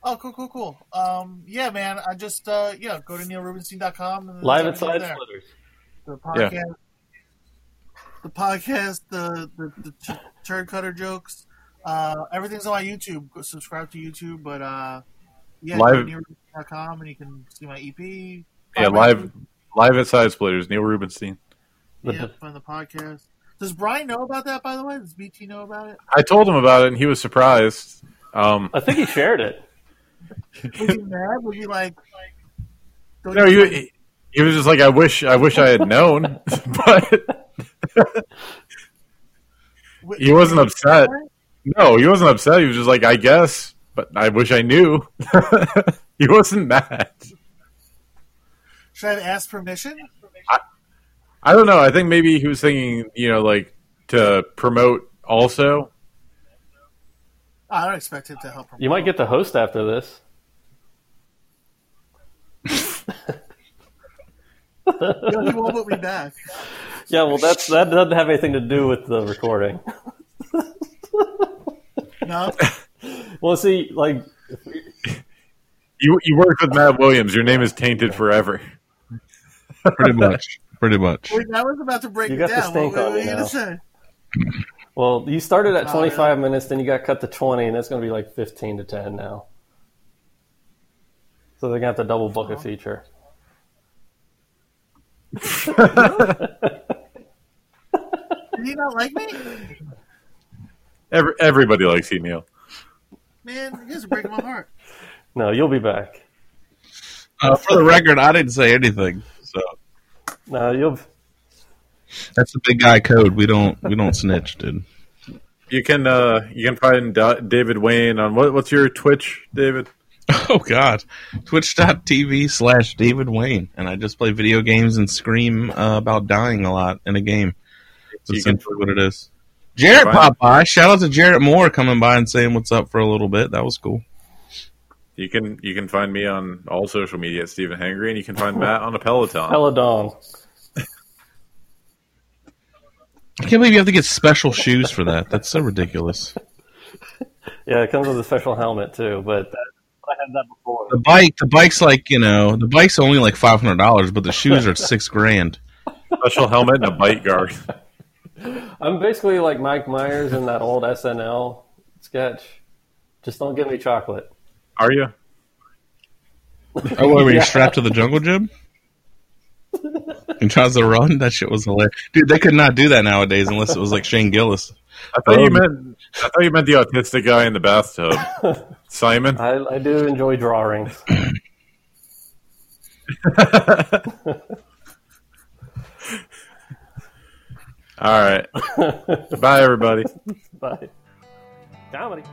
Speaker 4: Oh, cool, cool, cool. Um. Yeah, man. I just uh. Yeah. Go to neilrubenstein.com. And
Speaker 2: Live at
Speaker 4: everything
Speaker 2: Side
Speaker 4: there.
Speaker 2: Splitters.
Speaker 4: The podcast. The podcast. The the, the t- turd cutter jokes. Uh. Everything's on my YouTube. Go subscribe to YouTube. But uh. Yeah. go
Speaker 1: Live-
Speaker 4: to neilrubenstein.com and you can see my E EP.
Speaker 1: yeah, live live at Side Splitters. Neil Rubenstein.
Speaker 2: The-
Speaker 4: Yeah. Find the podcast. Does Brian know about that? By the way, does BT know about it?
Speaker 1: I told him about it, and he was surprised. Um,
Speaker 2: I think he shared it.
Speaker 4: Was he mad? Was he like? like don't
Speaker 1: no,
Speaker 4: you-
Speaker 1: he, he was just like, "I wish, I wish I had known," but he wasn't upset. No, he wasn't upset. He was just like, "I guess," but I wish I knew. he wasn't mad.
Speaker 4: Should I have asked permission?
Speaker 1: I don't know. I think maybe he was thinking, you know, like to promote also.
Speaker 4: I don't expect him to help him.
Speaker 2: You might get the host after this.
Speaker 4: he won't put me back.
Speaker 2: Yeah, well, that's that doesn't have anything to do with the recording.
Speaker 4: No,
Speaker 2: Well, see, like
Speaker 1: You you worked with Matt Williams. Your name is tainted forever.
Speaker 3: Pretty much. Pretty much.
Speaker 4: Wait, I was about to break
Speaker 2: You
Speaker 4: it
Speaker 2: got the
Speaker 4: down. What-
Speaker 2: stink
Speaker 4: what,
Speaker 2: on
Speaker 4: were
Speaker 2: you
Speaker 4: you
Speaker 2: now.
Speaker 4: gonna say?
Speaker 2: Well, you started at
Speaker 4: Oh,
Speaker 2: 25 minutes, then you got cut to 20, and that's going to be like 15 to 10 now. So they're going to have to double book a feature.
Speaker 4: Did he not like me?
Speaker 1: Every, everybody likes you, Neil.
Speaker 4: Man, you guys are breaking my heart.
Speaker 2: No, you'll be back.
Speaker 3: Uh, for the record, I didn't say anything. So
Speaker 2: No, you'll.
Speaker 3: that's the big guy code. We don't we don't snitch, dude.
Speaker 1: You can uh, you can find Da- David Wayne on what, what's your Twitch, David?
Speaker 3: Oh god. Twitch.tv slash David Wayne. And I just play video games and scream uh, about dying a lot in a game. That's
Speaker 1: You can-
Speaker 3: essentially what it is. Jarrett
Speaker 1: Right.
Speaker 3: popped by. Shout out to Jarrett Moore coming by and saying what's up for a little bit. That was cool.
Speaker 1: You can you can find me on all social media at Stephen Hangry, and you can find Matt on a Peloton.
Speaker 2: Hella dong.
Speaker 3: I can't believe you have to get special shoes for that. That's so ridiculous.
Speaker 2: Yeah, it comes with a special helmet, too, but that, I had that before.
Speaker 3: The bike, the bike's like you know, the bike's only like five hundred dollars, but the shoes are six grand.
Speaker 1: special helmet and a bite guard.
Speaker 2: I'm basically like Mike Myers in that old SNL sketch. Just don't give me chocolate.
Speaker 1: Are you?
Speaker 3: Oh, wait, were you
Speaker 2: Yeah.
Speaker 3: strapped to the jungle gym? And tries to run. That shit was hilarious, dude. They could not do that nowadays unless it was like Shane Gillis.
Speaker 1: I thought you
Speaker 3: Um,
Speaker 1: meant I thought you meant the autistic guy in the bathtub, Simon.
Speaker 2: I, I do enjoy drawings.
Speaker 1: All right, bye everybody.
Speaker 2: but comedy.